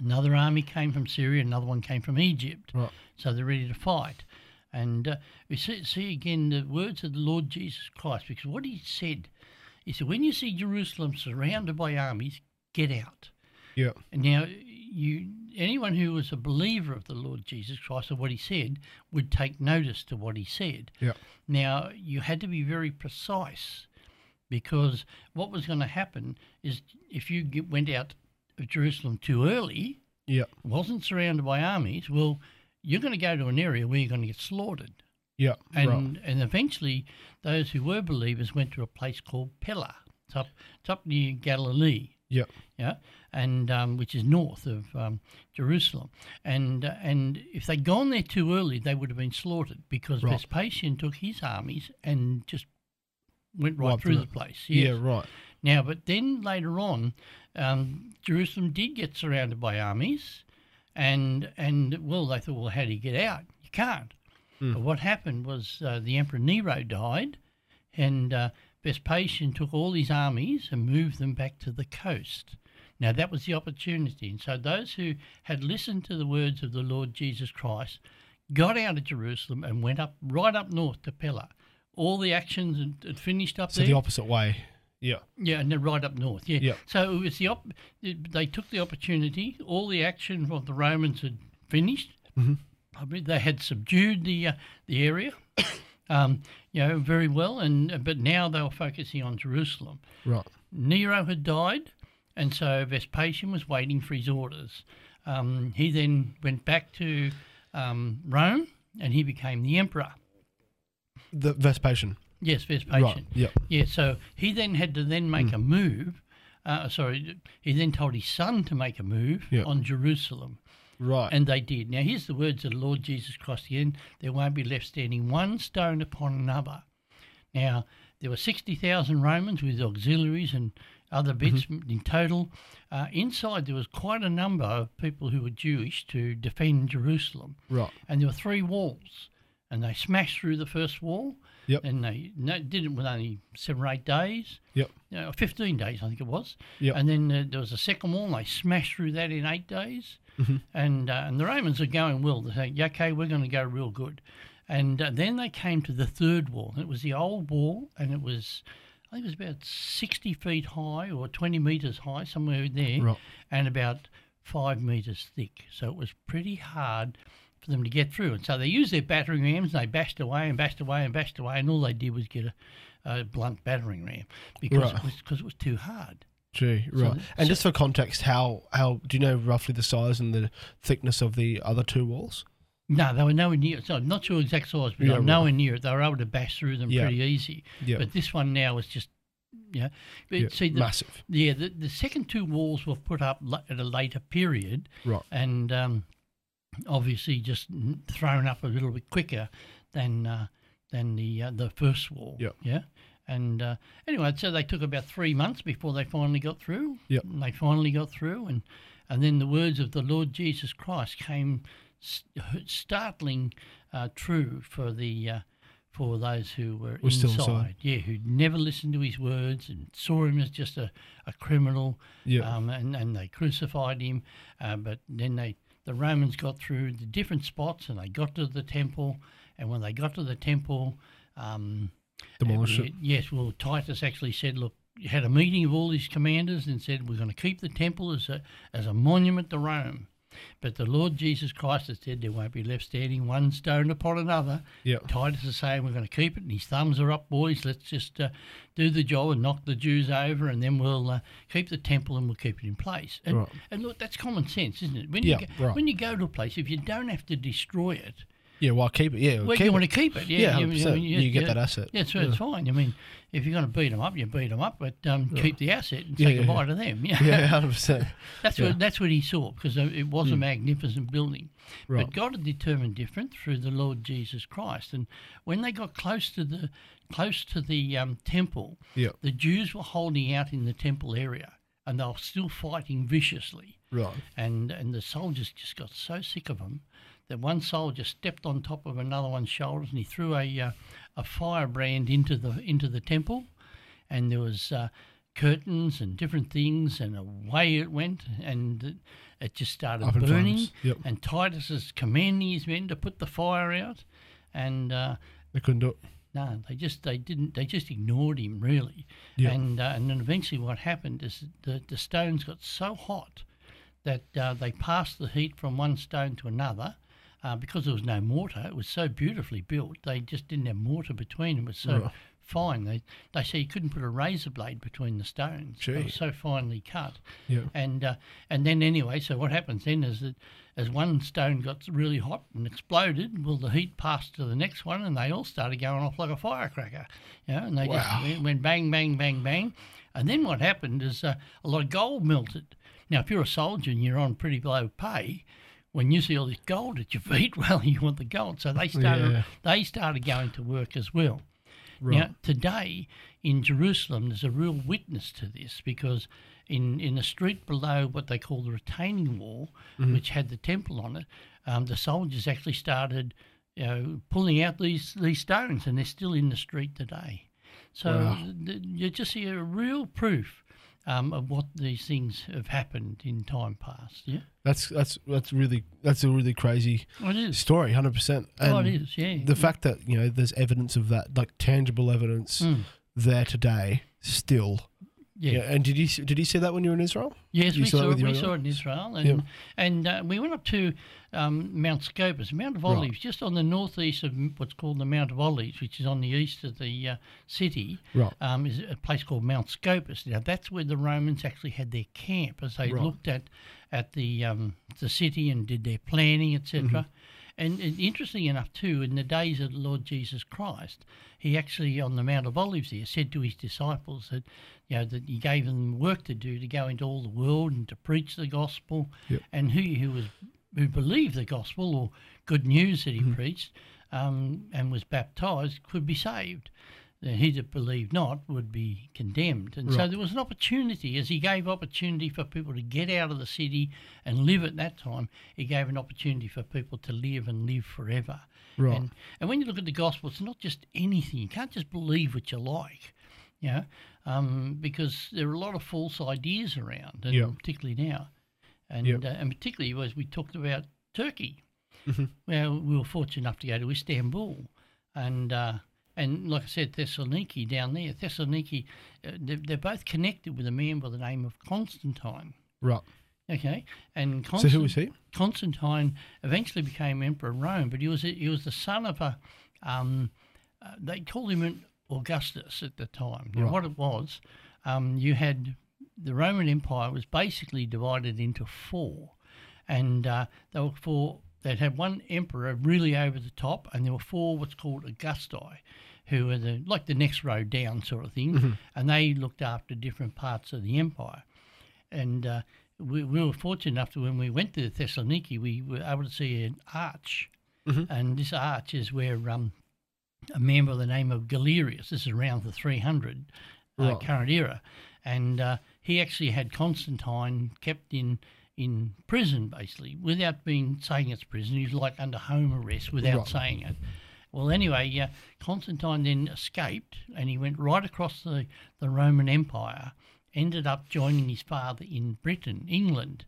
Speaker 2: Another army came from Syria, another one came from Egypt.
Speaker 1: right
Speaker 2: So they're ready to fight. And uh, we see, see again the words of the Lord Jesus Christ, because what he said, he said, when you see Jerusalem surrounded by armies, get out.
Speaker 1: yeah
Speaker 2: And now, you anyone who was a believer of the Lord Jesus Christ or what he said would take notice to what he said.
Speaker 1: yeah
Speaker 2: Now, you had to be very precise because what was going to happen is if you get, went out of Jerusalem too early,
Speaker 1: yeah
Speaker 2: wasn't surrounded by armies, well, you're going to go to an area where you're going to get slaughtered.
Speaker 1: yeah
Speaker 2: And,
Speaker 1: right
Speaker 2: and eventually, those who were believers went to a place called Pella. It's up, it's up near Galilee
Speaker 1: yeah
Speaker 2: yeah, and um, which is north of um, Jerusalem. And uh, and if they'd gone there too early, they would have been slaughtered because
Speaker 1: Right.
Speaker 2: Vespasian took his armies and just went right
Speaker 1: Wiped
Speaker 2: through
Speaker 1: them
Speaker 2: the place.
Speaker 1: yeah
Speaker 2: yes.
Speaker 1: right
Speaker 2: Now, but then later on, um, Jerusalem did get surrounded by armies, and and well, they thought, well, how do you get out? You can't.
Speaker 1: Hmm.
Speaker 2: But what happened was uh, the Emperor Nero died, and uh, Vespasian took all his armies and moved them back to the coast. Now that was the opportunity, and so those who had listened to the words of the Lord Jesus Christ got out of Jerusalem and went up right up north to Pella. All the actions had- had finished up
Speaker 1: So
Speaker 2: there.
Speaker 1: the opposite way. Yeah.
Speaker 2: Yeah, and they're right up north. Yeah.
Speaker 1: Yeah.
Speaker 2: So it was the op- they took the opportunity. All the action of the Romans had finished.
Speaker 1: Mm-hmm.
Speaker 2: I mean, they had subdued the uh, the area, um, you know, very well. And uh, but now they were focusing on Jerusalem.
Speaker 1: Right.
Speaker 2: Nero had died, and so Vespasian was waiting for his orders. Um, he then went back to um, Rome, and he became the emperor.
Speaker 1: The Vespasian.
Speaker 2: Yes, Vespasian.
Speaker 1: Right. Yeah.
Speaker 2: Yeah, so he then had to then make a move. Uh, sorry, he then told his son to make a move
Speaker 1: Yeah.
Speaker 2: on Jerusalem,
Speaker 1: Right.
Speaker 2: and they did. Now, here's the words of the Lord Jesus Christ again there won't be left standing one stone upon another. Now, there were 60,000 Romans with auxiliaries and other bits in total. Uh, inside, there was quite a number of people who were Jewish to defend Jerusalem
Speaker 1: right.
Speaker 2: and there were three walls, and they smashed through the first wall.
Speaker 1: Yep.
Speaker 2: And they no, did it with only seven or eight days,
Speaker 1: Yep.
Speaker 2: you know, 15 days, I think it was.
Speaker 1: Yep.
Speaker 2: And then uh, there was a second wall, and they smashed through that in eight days.
Speaker 1: Mm-hmm.
Speaker 2: And, uh, and the Romans are going well. They're saying, "Yeah, okay, we're going to go real good. And uh, then they came to the third wall, and it was the old wall, and it was, I think it was about 60 feet high or 20 metres high, somewhere there,
Speaker 1: Right.
Speaker 2: and about five metres thick. So it was pretty hard for them to get through. And so they used their battering rams, and they bashed away and bashed away and bashed away, and all they did was get a, a blunt battering ram because
Speaker 1: Right.
Speaker 2: it, was, cause it was too hard.
Speaker 1: Gee, right.
Speaker 2: So-
Speaker 1: and just for context, how how do you know roughly the size and the thickness of the other two walls?
Speaker 2: No, they were nowhere near it. So I'm not sure exact size,
Speaker 1: Yeah,
Speaker 2: but they were
Speaker 1: right.
Speaker 2: nowhere near it. They were able to bash through them
Speaker 1: Yeah.
Speaker 2: pretty easy.
Speaker 1: Yeah.
Speaker 2: But this one now is just, yeah. But
Speaker 1: Yeah,
Speaker 2: see, the,
Speaker 1: massive.
Speaker 2: yeah, the, the second two walls were put up la- at a later period,
Speaker 1: Right.
Speaker 2: and um, obviously just n- thrown up a little bit quicker than uh, than the uh, the first wall.
Speaker 1: Yep.
Speaker 2: Yeah. And uh, anyway, so they took about three months before they finally got through.
Speaker 1: Yep.
Speaker 2: And they finally got through, and and then the words of the Lord Jesus Christ came s- startling uh, true for the. Uh, for those who were,
Speaker 1: Were still
Speaker 2: inside,
Speaker 1: inside.
Speaker 2: yeah, who never listened to his words and saw him as just a, a criminal,
Speaker 1: Yeah.
Speaker 2: um, and, and they crucified him. Uh, but then they the Romans got through the different spots and they got to the temple. And when they got to the temple, um,
Speaker 1: Demolish
Speaker 2: y-
Speaker 1: it.
Speaker 2: yes, well, Titus actually said, look, had a meeting of all his commanders and said, we're going to keep the temple as a, as a monument to Rome. But the Lord Jesus Christ has said there won't be left standing one stone upon another.
Speaker 1: Yeah.
Speaker 2: Titus is saying we're going to keep it, and his thumbs are up, boys. Let's just uh, do the job and knock the Jews over, and then we'll uh, keep the temple and we'll keep it in place. And,
Speaker 1: Right.
Speaker 2: and look, that's common sense, isn't it? When
Speaker 1: Yeah,
Speaker 2: you go,
Speaker 1: right.
Speaker 2: when you go to a place, if you don't have to destroy it,
Speaker 1: Yeah. Well, keep it. Yeah.
Speaker 2: well,
Speaker 1: keep
Speaker 2: you
Speaker 1: it.
Speaker 2: want to keep it.
Speaker 1: Yeah,
Speaker 2: Yeah, you- you,
Speaker 1: 100%.
Speaker 2: mean,
Speaker 1: You get that asset.
Speaker 2: Yeah, so it's fine. I mean, if you're going to beat them up, you beat them up, but um, keep the asset and
Speaker 1: Yeah,
Speaker 2: say
Speaker 1: yeah,
Speaker 2: goodbye to them. Yeah,
Speaker 1: yeah, hundred percent.
Speaker 2: that's
Speaker 1: yeah. Mm.
Speaker 2: what that's what he saw because uh, it was a magnificent building.
Speaker 1: Right.
Speaker 2: But God had determined different through the Lord Jesus Christ. And when they got close to the close to the um, temple,
Speaker 1: Yeah.
Speaker 2: the Jews were holding out in the temple area, and they were still fighting viciously
Speaker 1: Right.
Speaker 2: and and the soldiers just got so sick of them that one soldier stepped on top of another one's shoulders and he threw a uh, a firebrand into the into the temple, and there was uh, curtains and different things, and away it went, and it, it just started
Speaker 1: Up in
Speaker 2: burning.
Speaker 1: flames, yep.
Speaker 2: And Titus is commanding his men to put the fire out, and uh,
Speaker 1: They couldn't do it.
Speaker 2: no, they just they didn't they just ignored him really,
Speaker 1: Yeah.
Speaker 2: and uh, and then eventually what happened is the the stones got so hot that uh, they passed the heat from one stone to another. Uh, because there was no mortar, it was so beautifully built. They just didn't have mortar between them. It was so
Speaker 1: Right.
Speaker 2: fine. They they say you couldn't put a razor blade between the stones. They
Speaker 1: Gee.
Speaker 2: were so finely cut.
Speaker 1: Yeah.
Speaker 2: And uh, and then anyway, so what happens then is that as one stone got really hot and exploded, well, the heat passed to the next one, and they all started going off like a firecracker. You know, and they
Speaker 1: Wow.
Speaker 2: just went, went bang, bang, bang, bang. And then what happened is uh, a lot of gold melted. Now, if you're a soldier and you're on pretty low pay. When you see all this gold at your feet, well, you want the gold. So they started,
Speaker 1: Yeah.
Speaker 2: they started going to work as well.
Speaker 1: Right.
Speaker 2: Now, today in Jerusalem, there's a real witness to this because in, in the street below what they call the retaining wall,
Speaker 1: Mm-hmm.
Speaker 2: which had the temple on it, um, the soldiers actually started you know, pulling out these, these stones and they're still in the street today. So
Speaker 1: Wow.
Speaker 2: th- you just see a real proof um, of what these things have happened in time past. Yeah.
Speaker 1: That's that's that's really that's a really crazy
Speaker 2: Well, it is.
Speaker 1: story, hundred percent.
Speaker 2: Oh, it is. Yeah.
Speaker 1: The fact that you know there's evidence of that, like tangible evidence
Speaker 2: Mm.
Speaker 1: there today, still.
Speaker 2: yeah.
Speaker 1: And did you s- did you see that when you were in Israel?
Speaker 2: Yes,
Speaker 1: You
Speaker 2: we
Speaker 1: saw it
Speaker 2: saw,
Speaker 1: with
Speaker 2: it.
Speaker 1: your
Speaker 2: We
Speaker 1: own
Speaker 2: saw it in Israel, and and uh, we went up to um, Mount Scopus, Mount of
Speaker 1: Right.
Speaker 2: Olives, just on the northeast of m- what's called the Mount of Olives, which is on the east of the uh, city.
Speaker 1: Right.
Speaker 2: Um, is a place called Mount Scopus. Now that's where the Romans actually had their camp as they
Speaker 1: Right.
Speaker 2: looked at at the um, the city and did their planning, etc.
Speaker 1: Mm-hmm.
Speaker 2: And, and interesting enough, too, in the days of the Lord Jesus Christ, he actually on the Mount of Olives here said to his disciples that you know that he gave them work to do to go into all the world and to preach the gospel,
Speaker 1: Yep.
Speaker 2: and who who was who believed the gospel or good news that he
Speaker 1: Mm-hmm.
Speaker 2: preached um, and was baptized could be saved. And he that believed not would be condemned. And so
Speaker 1: Right.
Speaker 2: there was an opportunity, as he gave opportunity for people to get out of the city and live at that time, he gave an opportunity for people to live and live forever.
Speaker 1: Right.
Speaker 2: And, and when you look at the gospel, it's not just anything. You can't just believe what you like, you know, um, because there are a lot of false ideas around, and
Speaker 1: Yeah.
Speaker 2: particularly now. And,
Speaker 1: Yep.
Speaker 2: uh, and particularly as we talked about Turkey.
Speaker 1: Mm-hmm.
Speaker 2: Well, we were fortunate enough to go to Istanbul, and uh, and like I said, Thessaloniki down there. Thessaloniki, uh, they're, they're both connected with a man by the name of Constantine.
Speaker 1: Right.
Speaker 2: Okay, and
Speaker 1: So
Speaker 2: Constant-
Speaker 1: who was he?
Speaker 2: Constantine eventually became emperor of Rome, but he was he was the son of a. Um, uh, they called him an Augustus at the time. Now,
Speaker 1: Right.
Speaker 2: what it was, um, you had the Roman Empire was basically divided into four, and uh, they were four. They'd had one emperor really over the top, and there were four what's called Augusti, who were the like the next row down sort of thing,
Speaker 1: Mm-hmm.
Speaker 2: and they looked after different parts of the empire and uh, we, we were fortunate enough to when we went to Thessaloniki, we were able to see an arch, and this arch is where um, a man by the name of Galerius, this is around the 300 uh,
Speaker 1: Right.
Speaker 2: current era, and uh, he actually had Constantine kept in in prison basically without being saying it's prison. He was like under home arrest without
Speaker 1: Right.
Speaker 2: saying it. Well, anyway, uh, Constantine then escaped and he went right across the, the Roman Empire, ended up joining his father in Britain, England.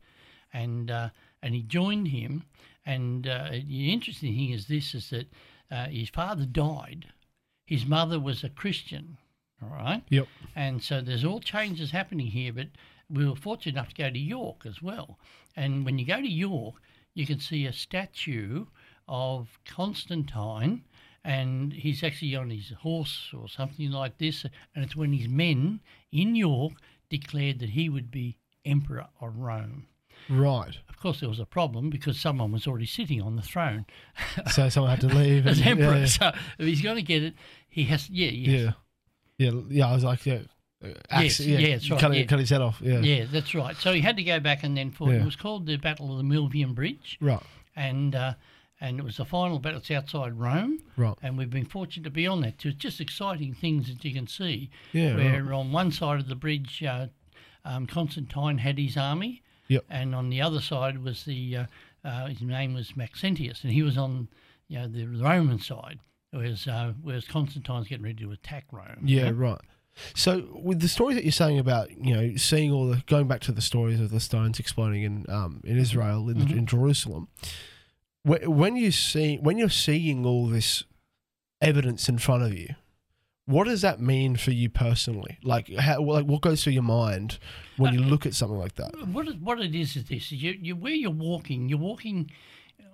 Speaker 2: And, uh, and he joined him. And uh, the interesting thing is this is that uh, his father died, his mother was a Christian, all right?
Speaker 1: Yep.
Speaker 2: And so there's all changes happening here, but we were fortunate enough to go to York as well. And when you go to York, you can see a statue of Constantine, and he's actually on his horse or something like this. And it's when his men in York declared that he would be emperor of Rome.
Speaker 1: Right.
Speaker 2: Of course, there was a problem because someone was already sitting on the throne
Speaker 1: So someone had to leave.
Speaker 2: as
Speaker 1: and- yeah,
Speaker 2: emperor.
Speaker 1: yeah.
Speaker 2: So if he's going to get it, he has. Yeah, he has
Speaker 1: Yeah. Yeah. Yeah. I was like, yeah. uh, axe-
Speaker 2: Yes, yeah, that's right,
Speaker 1: Cut, it-
Speaker 2: yeah.
Speaker 1: cut his head off. Yeah.
Speaker 2: Yeah, that's right. So he had to go back and then forward.
Speaker 1: Yeah.
Speaker 2: It was called the Battle of the Milvian Bridge,
Speaker 1: Right.
Speaker 2: and uh, and it was the final battle. It's outside Rome,
Speaker 1: Right.
Speaker 2: and we've been fortunate to be on that. too. It's just exciting things that you can see.
Speaker 1: Yeah,
Speaker 2: where on one side of the bridge, uh, um, Constantine had his army,
Speaker 1: Yep.
Speaker 2: and on the other side was the uh, uh, his name was Maxentius, and he was on you know the Roman side, whereas uh, whereas Constantine's getting ready to attack Rome.
Speaker 1: Yeah, right. So with the stories that you're saying about you know seeing all the going back to the stories of the stones exploding in um, in Israel in,
Speaker 2: Mm-hmm.
Speaker 1: in Jerusalem, wh- when you see when you're seeing all this evidence in front of you, what does that mean for you personally? Like how, like what goes through your mind when
Speaker 2: Uh,
Speaker 1: you look at something like that?
Speaker 2: what it, what it is is this: is you, you where you're walking, you're walking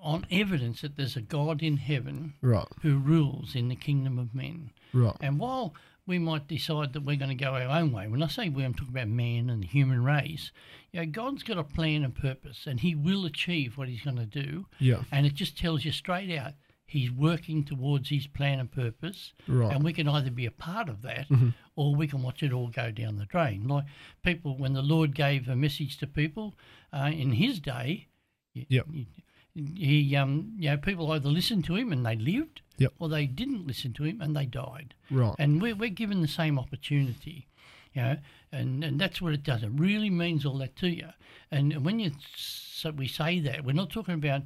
Speaker 2: on evidence that there's a God in heaven
Speaker 1: Right,
Speaker 2: who rules in the kingdom of men.
Speaker 1: right,
Speaker 2: And while we might decide that we're going to go our own way, when I say we, I'm talking about man and the human race. You know, God's got a plan and purpose, and He will achieve what He's going to do.
Speaker 1: Yeah.
Speaker 2: And it just tells you straight out He's working towards His plan and purpose.
Speaker 1: Right. Mm-hmm.
Speaker 2: And we can either be a part of that, or we can watch it all go down the drain. Like people, when the Lord gave a message to people uh, in His day,
Speaker 1: Yep.
Speaker 2: you- he, um, you know, people either listened to him and they lived,
Speaker 1: Yep.
Speaker 2: or they didn't listen to him and they died.
Speaker 1: Right.
Speaker 2: And we're, we're given the same opportunity, you know, and, and that's what it does. It really means all that to you. And and when you so we say that, we're not talking about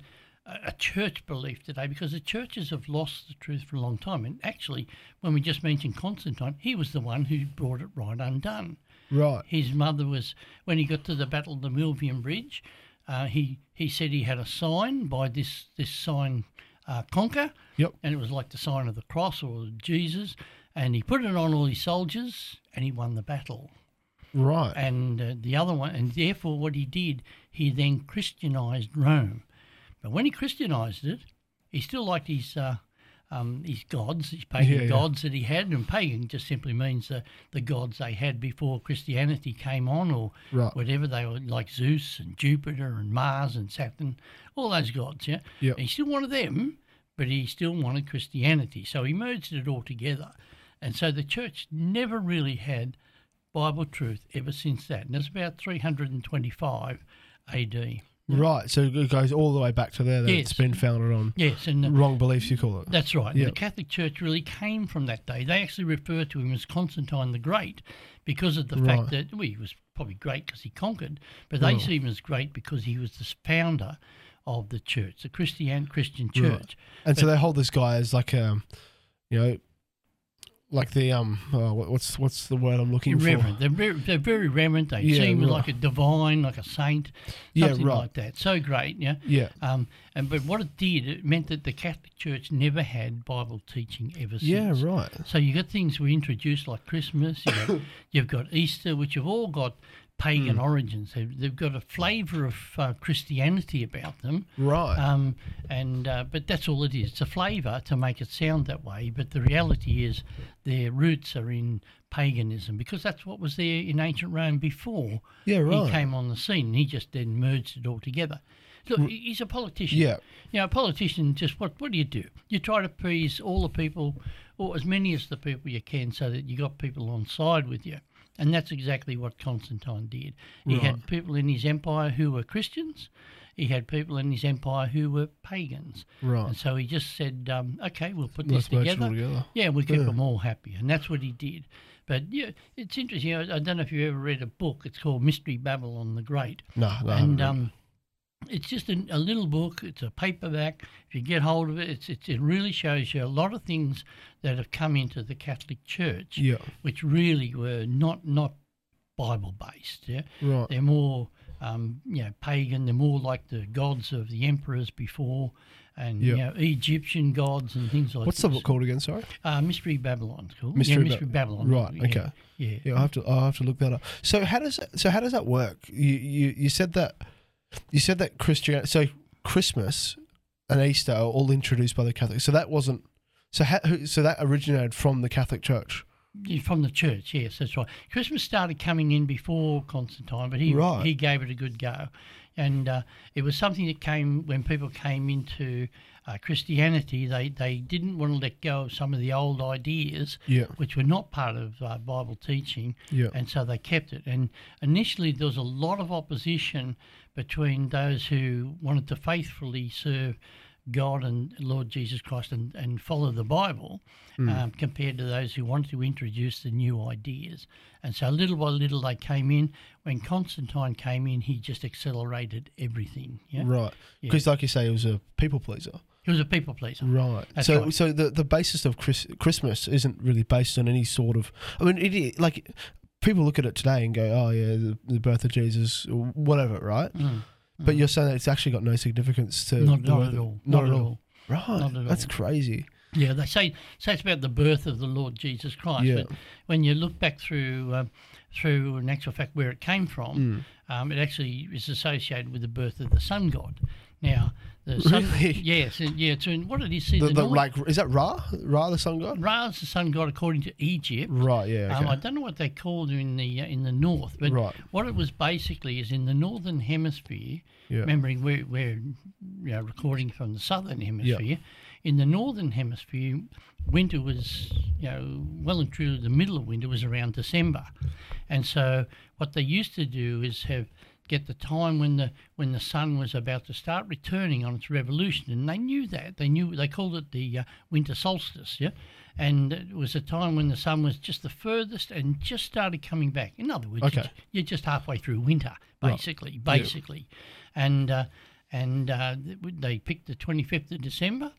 Speaker 2: a, a church belief today because the churches have lost the truth for a long time. And actually, when we just mentioned Constantine, he was the one who brought it right undone.
Speaker 1: right.
Speaker 2: His mother was when he got to the Battle of the Milvian Bridge. Uh, he he said he had a sign by this this sign uh, conquer,
Speaker 1: Yep.
Speaker 2: and it was like the sign of the cross or Jesus, and he put it on all his soldiers, and he won the battle.
Speaker 1: Right.
Speaker 2: And uh, the other one, and therefore what he did, he then Christianized Rome. But when he Christianized it, he still liked his. Uh, um, his gods, his pagan
Speaker 1: Yeah, yeah.
Speaker 2: gods that he had, and pagan just simply means the, the gods they had before Christianity came on, or
Speaker 1: Right.
Speaker 2: whatever they were, like Zeus and Jupiter and Mars and Saturn, all those gods. Yeah,
Speaker 1: Yep.
Speaker 2: he still wanted them, but he still wanted Christianity, so he merged it all together, and so the church never really had Bible truth ever since that, and it's about 325 AD.
Speaker 1: Right. So it goes all the way back to there. That
Speaker 2: Yes.
Speaker 1: It's been founded on
Speaker 2: Yes, and the,
Speaker 1: wrong beliefs, you call it.
Speaker 2: That's right.
Speaker 1: Yeah.
Speaker 2: The Catholic Church really came from that day. They actually refer to him as Constantine the Great because of the fact that well, he was probably great because he conquered, but
Speaker 1: Mm.
Speaker 2: they see him as great because he was the founder of the church, the Christian Christian
Speaker 1: Right.
Speaker 2: church.
Speaker 1: And so they hold this guy as like um, you know, like the um, uh, what- what's what's the word I'm looking
Speaker 2: Reverend.
Speaker 1: for?
Speaker 2: They're, very, they're very reverent. They
Speaker 1: Yeah,
Speaker 2: see him
Speaker 1: right.
Speaker 2: like a divine, like a saint,
Speaker 1: Yeah,
Speaker 2: something
Speaker 1: right.
Speaker 2: like that. So great, yeah.
Speaker 1: Yeah.
Speaker 2: Um, and but what it did, it meant that the Catholic Church never had Bible teaching ever since.
Speaker 1: Yeah. Right.
Speaker 2: So you got things we introduced like Christmas. You got, you've got Easter, which have all got pagan origins. They've, they've got a flavour of uh, Christianity about them.
Speaker 1: Right.
Speaker 2: Um, and uh, but that's all it is. It's a flavour to make it sound that way. But the reality is, their roots are in paganism because that's what was there in ancient Rome before
Speaker 1: Yeah,
Speaker 2: he
Speaker 1: right.
Speaker 2: came on the scene. He just then merged it all together. Look, he- he's a politician.
Speaker 1: Yeah.
Speaker 2: You know, a politician just what what do you do? You try to appease all the people, or as many as the people you can, so that you got people on side with you. And that's exactly what Constantine did. He had people in his empire who were Christians. He had people in his empire who were pagans.
Speaker 1: Right.
Speaker 2: And so he just said, um, okay, we'll put
Speaker 1: Let's
Speaker 2: this
Speaker 1: merge it
Speaker 2: together.
Speaker 1: all together.
Speaker 2: Yeah, we keep them all happy, and that's what he did. But yeah, it's interesting. you know, I don't know if you ever read a book. It's called Mystery Babylon the Great,
Speaker 1: No. no I haven't
Speaker 2: and
Speaker 1: read it.
Speaker 2: um, it's just an, a little book. It's a paperback. If you get hold of it, it's, it's it really shows you a lot of things that have come into the Catholic Church,
Speaker 1: yeah.
Speaker 2: which really were not not Bible based. Yeah,
Speaker 1: Right.
Speaker 2: they're more um, you know pagan. They're more like the gods of the emperors before, and you
Speaker 1: Yeah.
Speaker 2: know Egyptian gods and things like.
Speaker 1: What's the
Speaker 2: this.
Speaker 1: book called again? Sorry.
Speaker 2: Uh, Mystery Babylon, it's called.
Speaker 1: Mystery
Speaker 2: yeah,
Speaker 1: Ba-
Speaker 2: Mystery Babylon.
Speaker 1: Right,
Speaker 2: Yeah,
Speaker 1: okay.
Speaker 2: Yeah.
Speaker 1: Yeah, I have to. I will have to look that up. So how does that, so how does that work? You you, you said that you said that Christian. So Christmas and Easter are all introduced by the Catholic. So that wasn't. So ha, who- so that originated from the Catholic Church.
Speaker 2: Yeah, From the church, yes, that's right. Christmas started coming in before Constantine, but he
Speaker 1: Right.
Speaker 2: he gave it a good go, and uh, it was something that came when people came into uh, Christianity. They they didn't want to let go of some of the old ideas,
Speaker 1: Yeah.
Speaker 2: which were not part of uh, Bible teaching,
Speaker 1: Yeah.
Speaker 2: and so they kept it. And initially, there was a lot of opposition between those who wanted to faithfully serve God and Lord Jesus Christ and, and follow the Bible
Speaker 1: Hmm.
Speaker 2: um, compared to those who wanted to introduce the new ideas. And so, little by little, they came in. When Constantine came in, he just accelerated everything. Yeah?
Speaker 1: Right. Because like you say, it was a people pleaser.
Speaker 2: He was a people pleaser.
Speaker 1: Right.
Speaker 2: That's
Speaker 1: so
Speaker 2: right.
Speaker 1: so the the basis of Chris, Christmas isn't really based on any sort of. I mean, it is like. People look at it today and go, "Oh yeah, the, the birth of Jesus, or whatever," right? But you're saying that it's actually got no significance to
Speaker 2: Mm. Not,
Speaker 1: the
Speaker 2: not
Speaker 1: way
Speaker 2: at
Speaker 1: that-
Speaker 2: all.
Speaker 1: Not, at all. Right.
Speaker 2: Not at
Speaker 1: That's
Speaker 2: all.
Speaker 1: crazy.
Speaker 2: Yeah, they say say it's about the birth of the Lord Jesus Christ.
Speaker 1: Yeah.
Speaker 2: But when you look back through um, through in actual fact where it came
Speaker 1: Mm.
Speaker 2: from, um, it actually is associated with the birth of the sun god. Now, the sun,
Speaker 1: Really?
Speaker 2: yes, and, yeah. It's in, what did he see?
Speaker 1: The,
Speaker 2: the
Speaker 1: the,
Speaker 2: Nor-
Speaker 1: like is that Ra? Ra the sun god?
Speaker 2: Ra's the sun god according to Egypt.
Speaker 1: Right, yeah.
Speaker 2: Um,
Speaker 1: Okay.
Speaker 2: I don't know what they called her in the uh, in the north, but
Speaker 1: Right.
Speaker 2: what it was basically is in the northern hemisphere.
Speaker 1: Yeah.
Speaker 2: Remembering we're we're you know, recording from the southern hemisphere. In the northern hemisphere, winter was you know well and truly the middle of winter was around December, and so what they used to do is have get the time when the when the sun was about to start returning on its revolution, and they knew that they knew they called it the uh, winter solstice, yeah, and it was a time when the sun was just the furthest and just started coming back. In other words,
Speaker 1: Okay.
Speaker 2: you're, you're just halfway through winter,
Speaker 1: Right.
Speaker 2: basically, basically, and uh, and uh, th- they picked the 25th of December.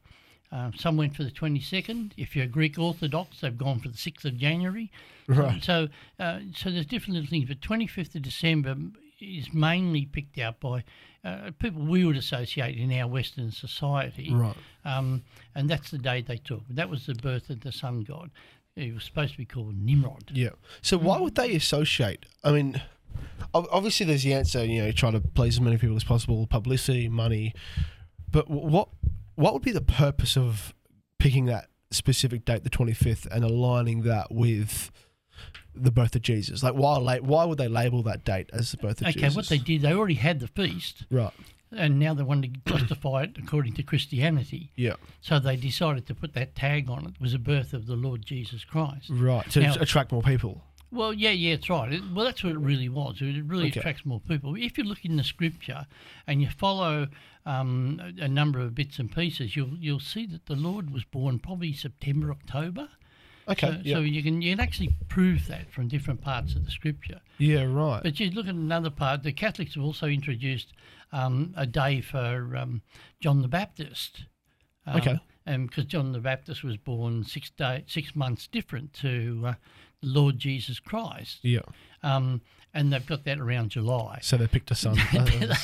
Speaker 2: Um, some went for the 22nd. If you're Greek Orthodox, they've gone for the 6th of January.
Speaker 1: Right.
Speaker 2: So, uh, so there's different little things, but 25th of December m- is mainly picked out by uh, people we would associate in our Western society.
Speaker 1: Right.
Speaker 2: Um, and that's the day they took. That was the birth of the sun god. He was supposed to be called Nimrod.
Speaker 1: Yeah. So why would they associate? I mean, ob- obviously there's the answer. You know, try to please as many people as possible, publicity, money. But wh- what what would be the purpose of picking that specific date, the 25th, and aligning that with the birth of Jesus? Like, why la- why would they label that date as the birth of
Speaker 2: Okay,
Speaker 1: Jesus?
Speaker 2: what they did, they already had the feast,
Speaker 1: right.
Speaker 2: and now they wanted to justify it according to Christianity.
Speaker 1: Yeah.
Speaker 2: So they decided to put that tag on it was the birth of the Lord Jesus Christ.
Speaker 1: Right. To
Speaker 2: Now-
Speaker 1: attract more people.
Speaker 2: Well, yeah, yeah, it's right. It, well, that's what it really was. It really
Speaker 1: Okay.
Speaker 2: attracts more people. If you look in the scripture and you follow um, a, a number of bits and pieces, you'll you'll see that the Lord was born probably September, October.
Speaker 1: Okay.
Speaker 2: So,
Speaker 1: yeah.
Speaker 2: so you can you can actually prove that from different parts of the scripture.
Speaker 1: yeah. Right.
Speaker 2: But you look at another part. The Catholics have also introduced um, a day for um, John the Baptist. Um,
Speaker 1: Okay.
Speaker 2: because John the Baptist was born six day, six months different to uh, the Lord Jesus Christ,
Speaker 1: yeah.
Speaker 2: um, and they've got that around July.
Speaker 1: So they picked a son.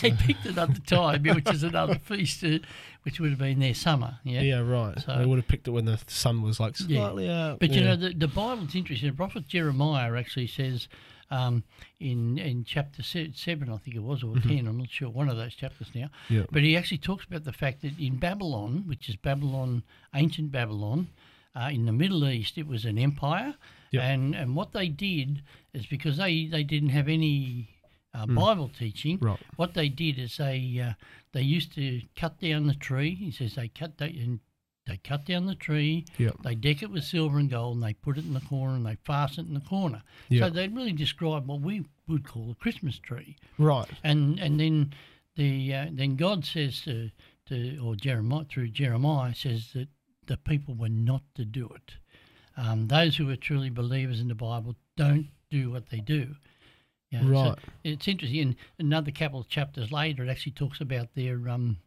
Speaker 2: they picked it at the time, yeah, which is another feast, uh, which would have been their summer. Yeah.
Speaker 1: yeah. Right.
Speaker 2: So-
Speaker 1: they would have picked it when the sun was like
Speaker 2: Yeah.
Speaker 1: slightly out.
Speaker 2: But you
Speaker 1: Yeah.
Speaker 2: know, the, the Bible's interesting. The prophet Jeremiah actually says um, in in chapter se- 7, I think it was, or 10, I'm not sure, one of those chapters now.
Speaker 1: Mm-hmm. Yeah.
Speaker 2: But he actually talks about the fact that in Babylon, which is Babylon, ancient Babylon, uh, in the Middle East, it was an empire.
Speaker 1: Yeah.
Speaker 2: And, and what they did is because they, they didn't have any uh, Bible teaching,
Speaker 1: Mm. Right.
Speaker 2: what they did is they uh, they used to cut down the tree. He says they cut they, and they cut down the tree.
Speaker 1: Yeah.
Speaker 2: They deck it with silver and gold, and they put it in the corner, and they fasten it in the corner.
Speaker 1: Yeah.
Speaker 2: So they really describe what we would call a Christmas tree.
Speaker 1: Right.
Speaker 2: And and then the uh, then God says to, to or Jeremiah through Jeremiah says that the people were not to do it. Um, those who are truly believers in the Bible don't do what they do. Yeah, so
Speaker 1: Right.
Speaker 2: it's interesting. In another couple of chapters later, it actually talks about their um,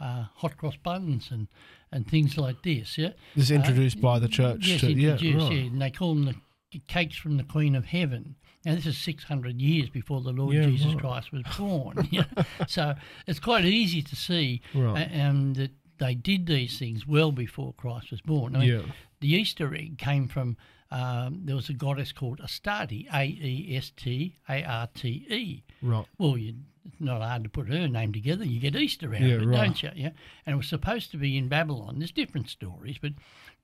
Speaker 2: uh, hot cross buns and, and things like this. Yeah.
Speaker 1: This is introduced by the church.
Speaker 2: Uh, Yes,
Speaker 1: to,
Speaker 2: introduced,
Speaker 1: yeah, right.
Speaker 2: yeah, and they call them the c- cakes from the Queen of Heaven. Now, this is 600 years before the Lord
Speaker 1: Yeah,
Speaker 2: Jesus
Speaker 1: right.
Speaker 2: Christ was born. yeah. So it's quite easy to see
Speaker 1: Right.
Speaker 2: a- and that they did these things well before Christ was born. I mean,
Speaker 1: Yeah.
Speaker 2: The Easter egg came from, um, there was a goddess called Astarte, A E S T A R T E.
Speaker 1: Right.
Speaker 2: Well, you, it's not hard to put her name together. You get Easter out
Speaker 1: Yeah,
Speaker 2: of it,
Speaker 1: right.
Speaker 2: don't you? Yeah. And it was supposed to be in Babylon. There's different stories, but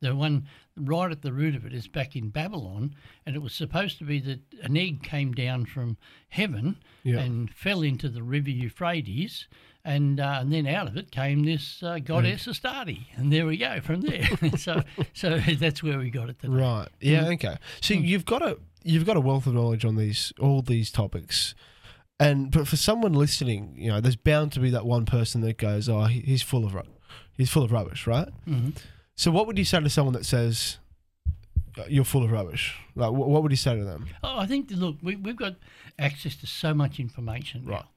Speaker 2: the one right at the root of it is back in Babylon, and it was supposed to be that an egg came down from heaven
Speaker 1: Yeah.
Speaker 2: and fell into the river Euphrates, and uh, and then out of it came this uh, goddess Astarte, and there we go from there. so so that's where we got it today.
Speaker 1: Right. Yeah.
Speaker 2: Mm.
Speaker 1: Okay. So you've got a you've got a wealth of knowledge on these all these topics, and but for someone listening, you know, there's bound to be that one person that goes, "Oh, he- he's full of ru- he's full of rubbish," right?
Speaker 2: Mhm.
Speaker 1: So what would you say to someone that says "Uh, you're full of rubbish? Like, wh- what would you say to them?
Speaker 2: Oh, I think look, we, we've got access to so much information now,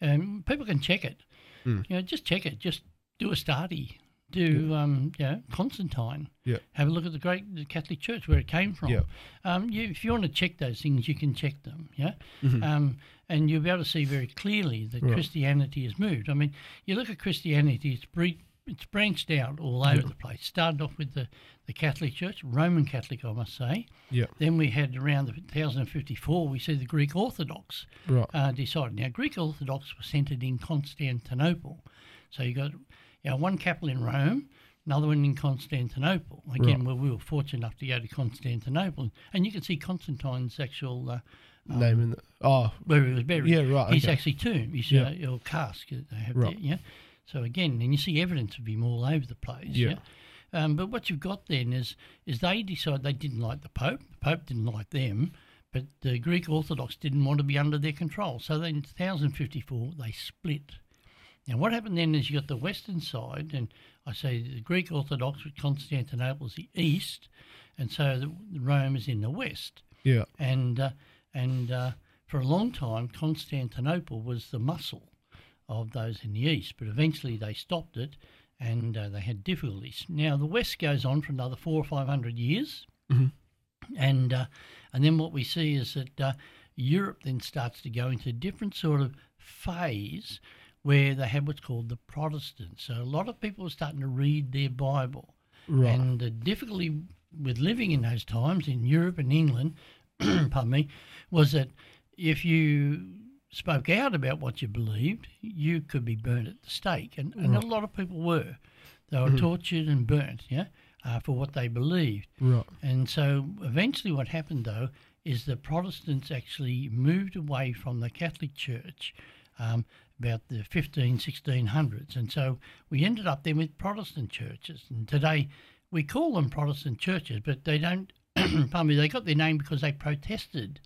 Speaker 2: and Um, people can check it.
Speaker 1: Mm.
Speaker 2: You know, just check it. Just do a study. Do um, you know, Constantine.
Speaker 1: Yeah.
Speaker 2: Have a look at the great the Catholic Church where it came from.
Speaker 1: Yeah.
Speaker 2: Um, you, if you want to check those things, you can check them. Yeah. Um, and you'll be able to see very clearly that
Speaker 1: Mm-hmm. Right.
Speaker 2: Christianity has moved. I mean, you look at Christianity; it's bre- it's branched out all over the place. Started off with the, the Catholic Church, Roman Catholic, I must say.
Speaker 1: Yeah.
Speaker 2: Then we had around the 1054, we see the Greek Orthodox
Speaker 1: Right.
Speaker 2: uh, decided. Now, Greek Orthodox was centered in Constantinople. So you got you know, one capital in Rome, another one in Constantinople. Again,
Speaker 1: Right.
Speaker 2: well, we were fortunate enough to go to Constantinople. And you can see Constantine's actual, uh,
Speaker 1: Name in the oh
Speaker 2: where he was buried.
Speaker 1: Yeah, right,
Speaker 2: His
Speaker 1: okay.
Speaker 2: actually tomb, his
Speaker 1: Yeah.
Speaker 2: uh, or cask that they have
Speaker 1: Right.
Speaker 2: there. Yeah. So again, and you see evidence of him all over the place.
Speaker 1: Yeah.
Speaker 2: Yeah. Um, but what you've got then is is they decide they didn't like the Pope. The Pope didn't like them But the Greek Orthodox didn't want to be under their control. So then in 1054, they split. Now, what happened then is you got the western side, and I say the Greek Orthodox with Constantinople is the east, and so the, Rome is in the west.
Speaker 1: Yeah.
Speaker 2: And, uh, and uh, for a long time, Constantinople was the muscle of those in the east, but eventually they stopped it and uh, they had difficulties. Now, the west goes on for another four or five hundred years. And uh, and then what we see is that uh, Europe then starts to go into a different sort of phase where they had what's called the Protestants. So a lot of people are starting to read their Bible.
Speaker 1: Right.
Speaker 2: And the difficulty with living in those times in Europe and England, pardon me, was that if you spoke out about what you believed, you could be burnt at the stake. And, and a lot of people were. They were tortured and burnt, yeah, uh, for what they believed.
Speaker 1: Right.
Speaker 2: And so eventually, what happened though is the Protestants actually moved away from the Catholic Church um, about the 15, 1600s. And so we ended up then with Protestant churches. And today we call them Protestant churches, but they don't, pardon me, they got their name because they protested.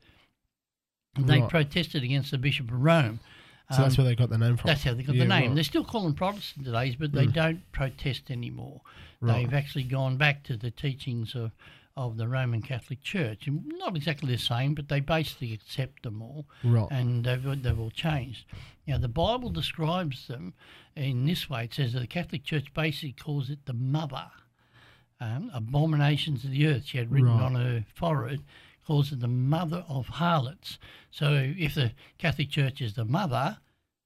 Speaker 2: And they
Speaker 1: Right.
Speaker 2: protested against the Bishop of Rome.
Speaker 1: So that's where they got the name from.
Speaker 2: um, That's how they got
Speaker 1: Yeah,
Speaker 2: the name.
Speaker 1: right. Mm.
Speaker 2: They still call them Protestant today, but they don't protest anymore.
Speaker 1: Right.
Speaker 2: They've actually gone back to the teachings of, of the Roman Catholic Church. And Not exactly the same, but they basically accept them all.
Speaker 1: Right.
Speaker 2: And they've, they've all changed. Now, the Bible describes them in this way it says that the Catholic Church basically calls it the mother um, abominations of the earth. She had written
Speaker 1: Right.
Speaker 2: on her forehead, calls it the mother of harlots. So if the Catholic Church is the mother,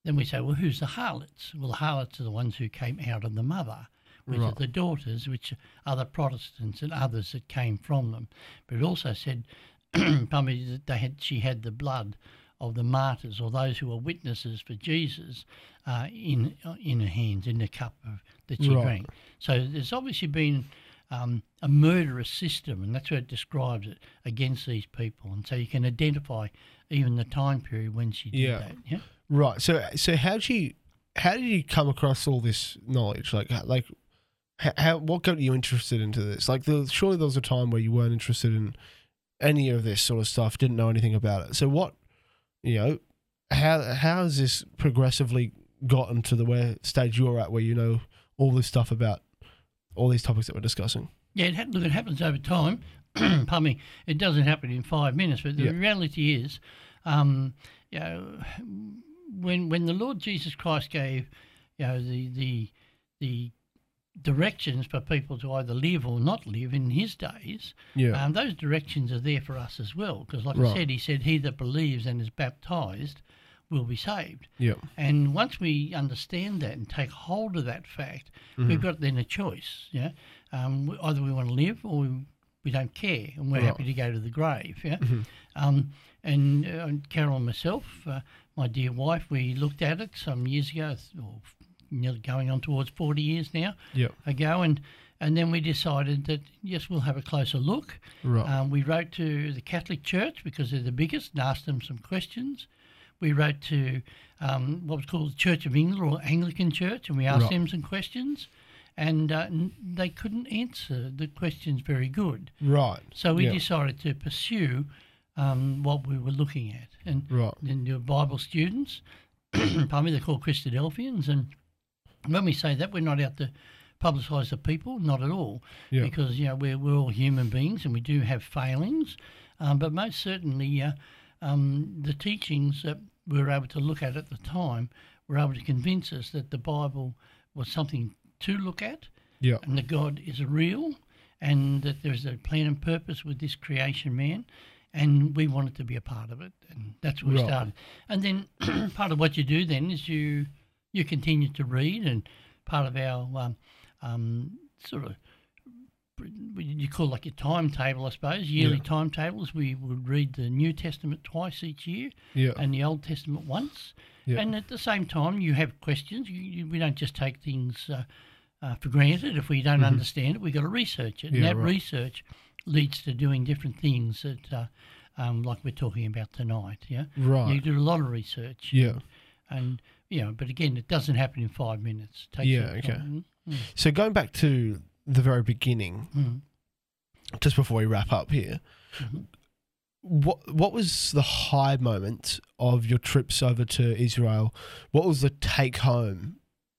Speaker 2: then we say, well, who's the harlots? Well, the harlots are the ones who came out of the mother, which are
Speaker 1: Right.
Speaker 2: the daughters, which are the Protestants and others that came from them. But it also said, pardon me, that they had, she had the blood of the martyrs or those who were witnesses for Jesus uh, in in her hands, in the cup of, that she
Speaker 1: Right.
Speaker 2: drank. So there's obviously been um, a murderous system, and that's how it describes it against these people. And so you can identify even the time period when she did
Speaker 1: Yeah.
Speaker 2: that. Yeah.
Speaker 1: Right. So so how did you how did you come across all this knowledge? Like h- like h- how what got you interested into this? Like the, surely there was a time where you weren't interested in any of this sort of stuff, didn't know anything about it. So what you know how how has this progressively gotten to the where stage you're at where you know all this stuff about all these topics that we're discussing?
Speaker 2: Yeah, it, hap- look, it happens over time. Pardon me. It doesn't happen in five minutes, but the
Speaker 1: Yeah.
Speaker 2: reality is, um, you know, when when the Lord Jesus Christ gave, you know, the the the directions for people to either live or not live in His days,
Speaker 1: Yeah.
Speaker 2: um, those directions are there for us as well. Because, like I
Speaker 1: Right.
Speaker 2: said, He said, "He that believes and is baptized will be saved."
Speaker 1: yeah.
Speaker 2: And once we understand that and take hold of that fact, we've got then a choice. Yeah, um, we- either we want to live or we, we don't care, and we're
Speaker 1: Right.
Speaker 2: happy to go to the grave. Yeah. Um, and, uh, and Carol and myself, uh, my dear wife, we looked at it some years ago, or nearly going on towards forty years now
Speaker 1: Yeah.
Speaker 2: ago, and and then we decided that yes, we'll have a closer look.
Speaker 1: Right.
Speaker 2: Um, we wrote to the Catholic Church because they're the biggest and asked them some questions. We wrote to um, what was called the Church of England or Anglican Church and we asked
Speaker 1: Right.
Speaker 2: them some questions. And uh, n- they couldn't answer the questions very good.
Speaker 1: right.
Speaker 2: So we
Speaker 1: Yeah.
Speaker 2: decided to pursue um, what we were looking at. And
Speaker 1: Right.
Speaker 2: then your Bible students, pardon me, they're called Christadelphians. And when we say that, we're not out to publicise the people, not at all,
Speaker 1: Yeah.
Speaker 2: because you know we're we're all human beings and we do have failings, um, but most certainly uh, um, the teachings that we were able to look at at the time were able to convince us that the Bible was something to look at
Speaker 1: Yeah.
Speaker 2: and that God is real and that there's a plan and purpose with this creation man and we wanted to be a part of it and that's where we
Speaker 1: Right.
Speaker 2: started and then part of what you do then is you you continue to read and part of our um, um, sort of you call like your timetable i suppose yearly
Speaker 1: Yeah.
Speaker 2: timetables we would read the new testament twice each year
Speaker 1: Yeah.
Speaker 2: and the Old Testament once.
Speaker 1: Yeah.
Speaker 2: And at the same time, you have questions. You, you, we don't just take things uh, uh, for granted. If we don't understand it, we've got to research it. And
Speaker 1: Mm-hmm. Yeah,
Speaker 2: that
Speaker 1: right.
Speaker 2: research leads to doing different things that, uh, um, like we're talking about tonight. Yeah. You
Speaker 1: Right.
Speaker 2: do a lot of research.
Speaker 1: Yeah.
Speaker 2: And, you know, but again, it doesn't happen in five minutes. It takes
Speaker 1: Yeah,
Speaker 2: some
Speaker 1: okay.
Speaker 2: time.
Speaker 1: So going back to
Speaker 2: Mm-hmm.
Speaker 1: Mm-hmm. the very beginning, just before we wrap up here, what what was the high moment of your trips over to Israel? What was the take home?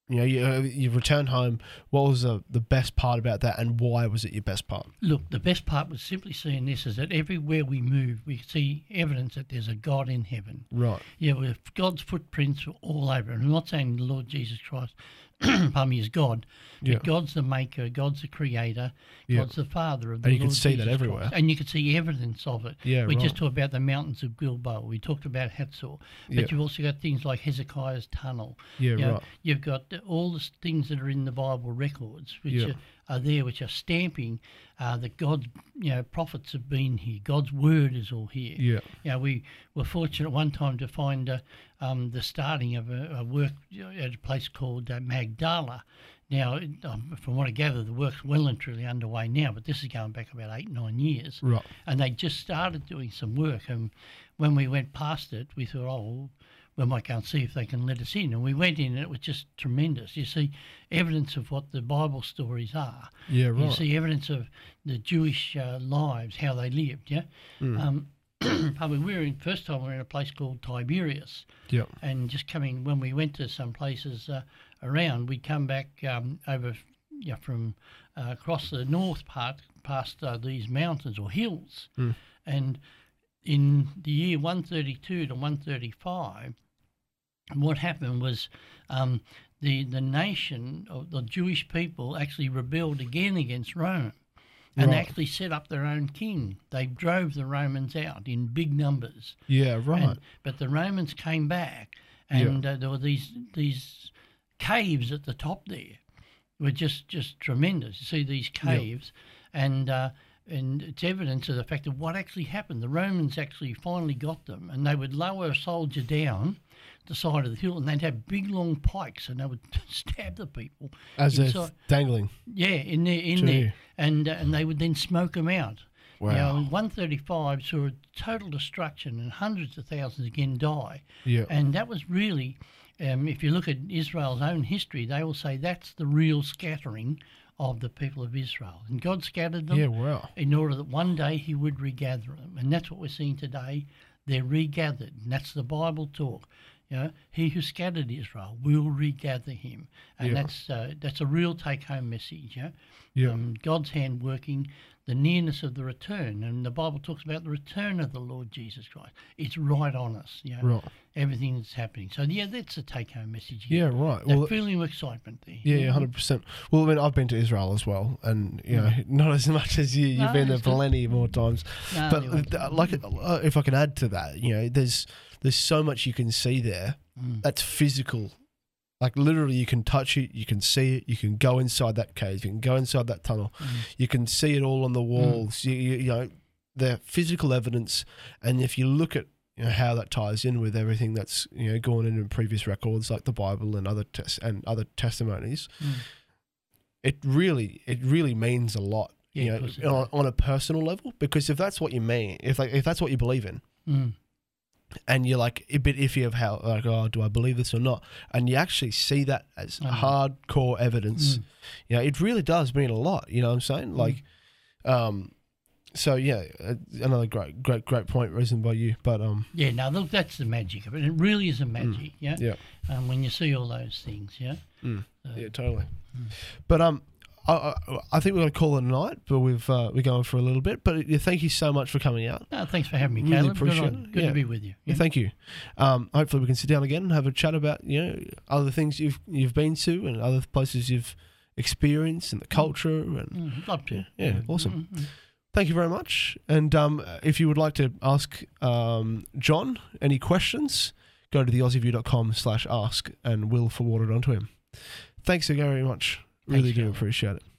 Speaker 1: You know, you you returned home. What was the, the best part about that, and why was it your best part?
Speaker 2: Look, the best part was simply seeing this is that everywhere we move, we see evidence that there's a God in heaven.
Speaker 1: Right.
Speaker 2: Yeah, with God's footprints are all over. And I'm not saying the Lord Jesus Christ, pardon me, is God. But
Speaker 1: Yeah.
Speaker 2: God's the maker, God's the creator,
Speaker 1: Yeah.
Speaker 2: God's the father of the
Speaker 1: And you can
Speaker 2: Lord
Speaker 1: see that
Speaker 2: Jesus
Speaker 1: everywhere.
Speaker 2: Christ. And you can see evidence of it.
Speaker 1: Yeah,
Speaker 2: We
Speaker 1: right.
Speaker 2: just talked about the mountains of Gilboa. We talked about Hatzor. But
Speaker 1: Yeah.
Speaker 2: you've also got things like Hezekiah's tunnel.
Speaker 1: Yeah,
Speaker 2: You know,
Speaker 1: right.
Speaker 2: You've got the- all the s- things that are in the Bible records, which
Speaker 1: Yeah.
Speaker 2: are, are there, which are stamping uh, that God's you know prophets have been here. God's word is all here.
Speaker 1: Yeah.
Speaker 2: You know, we were fortunate one time to find uh, um, the starting of a, a work you know, at a place called uh, Magdala. Now, it- um, from what I gather, the work's well and truly underway now, but this is going back about eight, nine years.
Speaker 1: Right.
Speaker 2: And they just started doing some work. And when we went past it, we thought, oh, we might go and see if they can let us in. And we went in, and it was just tremendous. You see, evidence of what the Bible stories are.
Speaker 1: Yeah.
Speaker 2: You
Speaker 1: Right.
Speaker 2: see evidence of the Jewish uh, lives, how they lived. Yeah.
Speaker 1: Hmm.
Speaker 2: Um, probably we were in first time we were in a place called Tiberias,
Speaker 1: Yeah.
Speaker 2: and just coming when we went to some places uh, around, we'd come back um, over yeah, from uh, across the north part past uh, these mountains or hills, and in the year 132 to 135, what happened was um, the the nation of the Jewish people actually rebelled again against Rome, and they
Speaker 1: Right.
Speaker 2: actually set up their own king. They drove the Romans out in big numbers.
Speaker 1: Yeah. Right.
Speaker 2: And, but the Romans came back, and uh, there were these these caves at the top there, were just just tremendous. You see these caves, and uh, and it's evidence of the fact of what actually happened. The Romans actually finally got them, and they would lower a soldier down the side of the hill, and they'd have big long pikes, and they would stab the people
Speaker 1: As if
Speaker 2: inside-
Speaker 1: dangling.
Speaker 2: yeah, in there, in
Speaker 1: Gee.
Speaker 2: there, and uh, and they would then smoke them out.
Speaker 1: Wow.
Speaker 2: Now, 135 saw a total destruction and hundreds of thousands again die,
Speaker 1: Yeah.
Speaker 2: and that was really, um, if you look at Israel's own history, they will say that's the real scattering of the people of Israel, and God scattered them
Speaker 1: yeah. Wow.
Speaker 2: in order that one day He would regather them, and that's what we're seeing today. They're regathered, and that's the Bible talk. You know, he who scattered Israel will regather him, and
Speaker 1: Yeah.
Speaker 2: that's uh, that's a real take-home message. Yeah,
Speaker 1: Yeah.
Speaker 2: um, God's hand working, the nearness of the return, and the Bible talks about the return of the Lord Jesus Christ. It's right on us. You know,
Speaker 1: Right.
Speaker 2: everything that's happening. So yeah, that's the take-home message.
Speaker 1: Yeah.
Speaker 2: Here.
Speaker 1: Right.
Speaker 2: that
Speaker 1: Well.
Speaker 2: feeling of excitement there.
Speaker 1: Yeah, hundred percent. Well, I mean, I've been to Israel as well, and you know, not as much as you. You've
Speaker 2: Mm. No,
Speaker 1: been there
Speaker 2: it's good. Mm.
Speaker 1: plenty more times.
Speaker 2: No,
Speaker 1: but
Speaker 2: you won't.
Speaker 1: uh, like, uh, if I can add to that, you know, there's there's so much you can see there
Speaker 2: Mm,
Speaker 1: that's physical. Like literally, you can touch it, you can see it, you can go inside that cave, you can go inside that tunnel,
Speaker 2: Mm.
Speaker 1: you can see it all on the walls. You, you, you know, the physical evidence, and if you look at you know, how that ties in with everything that's you know gone in in previous records, like the Bible and other tes- and other testimonies,
Speaker 2: mm,
Speaker 1: it really it really means a lot.
Speaker 2: Yeah,
Speaker 1: you
Speaker 2: of
Speaker 1: know,
Speaker 2: course it
Speaker 1: on, on a personal level, because if that's what you mean, if like if that's what you believe in,
Speaker 2: Mm.
Speaker 1: and you're like a bit iffy of how like oh do I believe this or not, and you actually see that as hardcore
Speaker 2: Mm.
Speaker 1: evidence, you know it really does mean a lot. You know what I'm saying? Like, um, so yeah, uh, another great great great point risen by you, but um,
Speaker 2: Yeah, no, look, that's the magic of it. It really is a magic, yeah.
Speaker 1: Hmm. yeah.
Speaker 2: Um, when you see all those things, Mm. yeah. Mm.
Speaker 1: Yeah, totally. But um, I, I, I think we're going to call it a night, but we've uh, we're going for a little bit. But yeah, thank you so much for coming out.
Speaker 2: No, thanks for having me,
Speaker 1: Really
Speaker 2: Caleb. Good
Speaker 1: appreciate
Speaker 2: on-
Speaker 1: it,
Speaker 2: Good
Speaker 1: yeah.
Speaker 2: to be with you.
Speaker 1: Yeah, thank you. Um, hopefully we can sit down again and have a chat about you know other things you've you've been to and other places you've experienced and the culture and
Speaker 2: Mm, love to. Mm-hmm.
Speaker 1: yeah, awesome. Thank you very much. And um, if you would like to ask um, John any questions, go to theaussieview.com slash ask and we'll forward it on to him. Thanks again very much. Really
Speaker 2: Thanks,
Speaker 1: do
Speaker 2: John.
Speaker 1: appreciate it.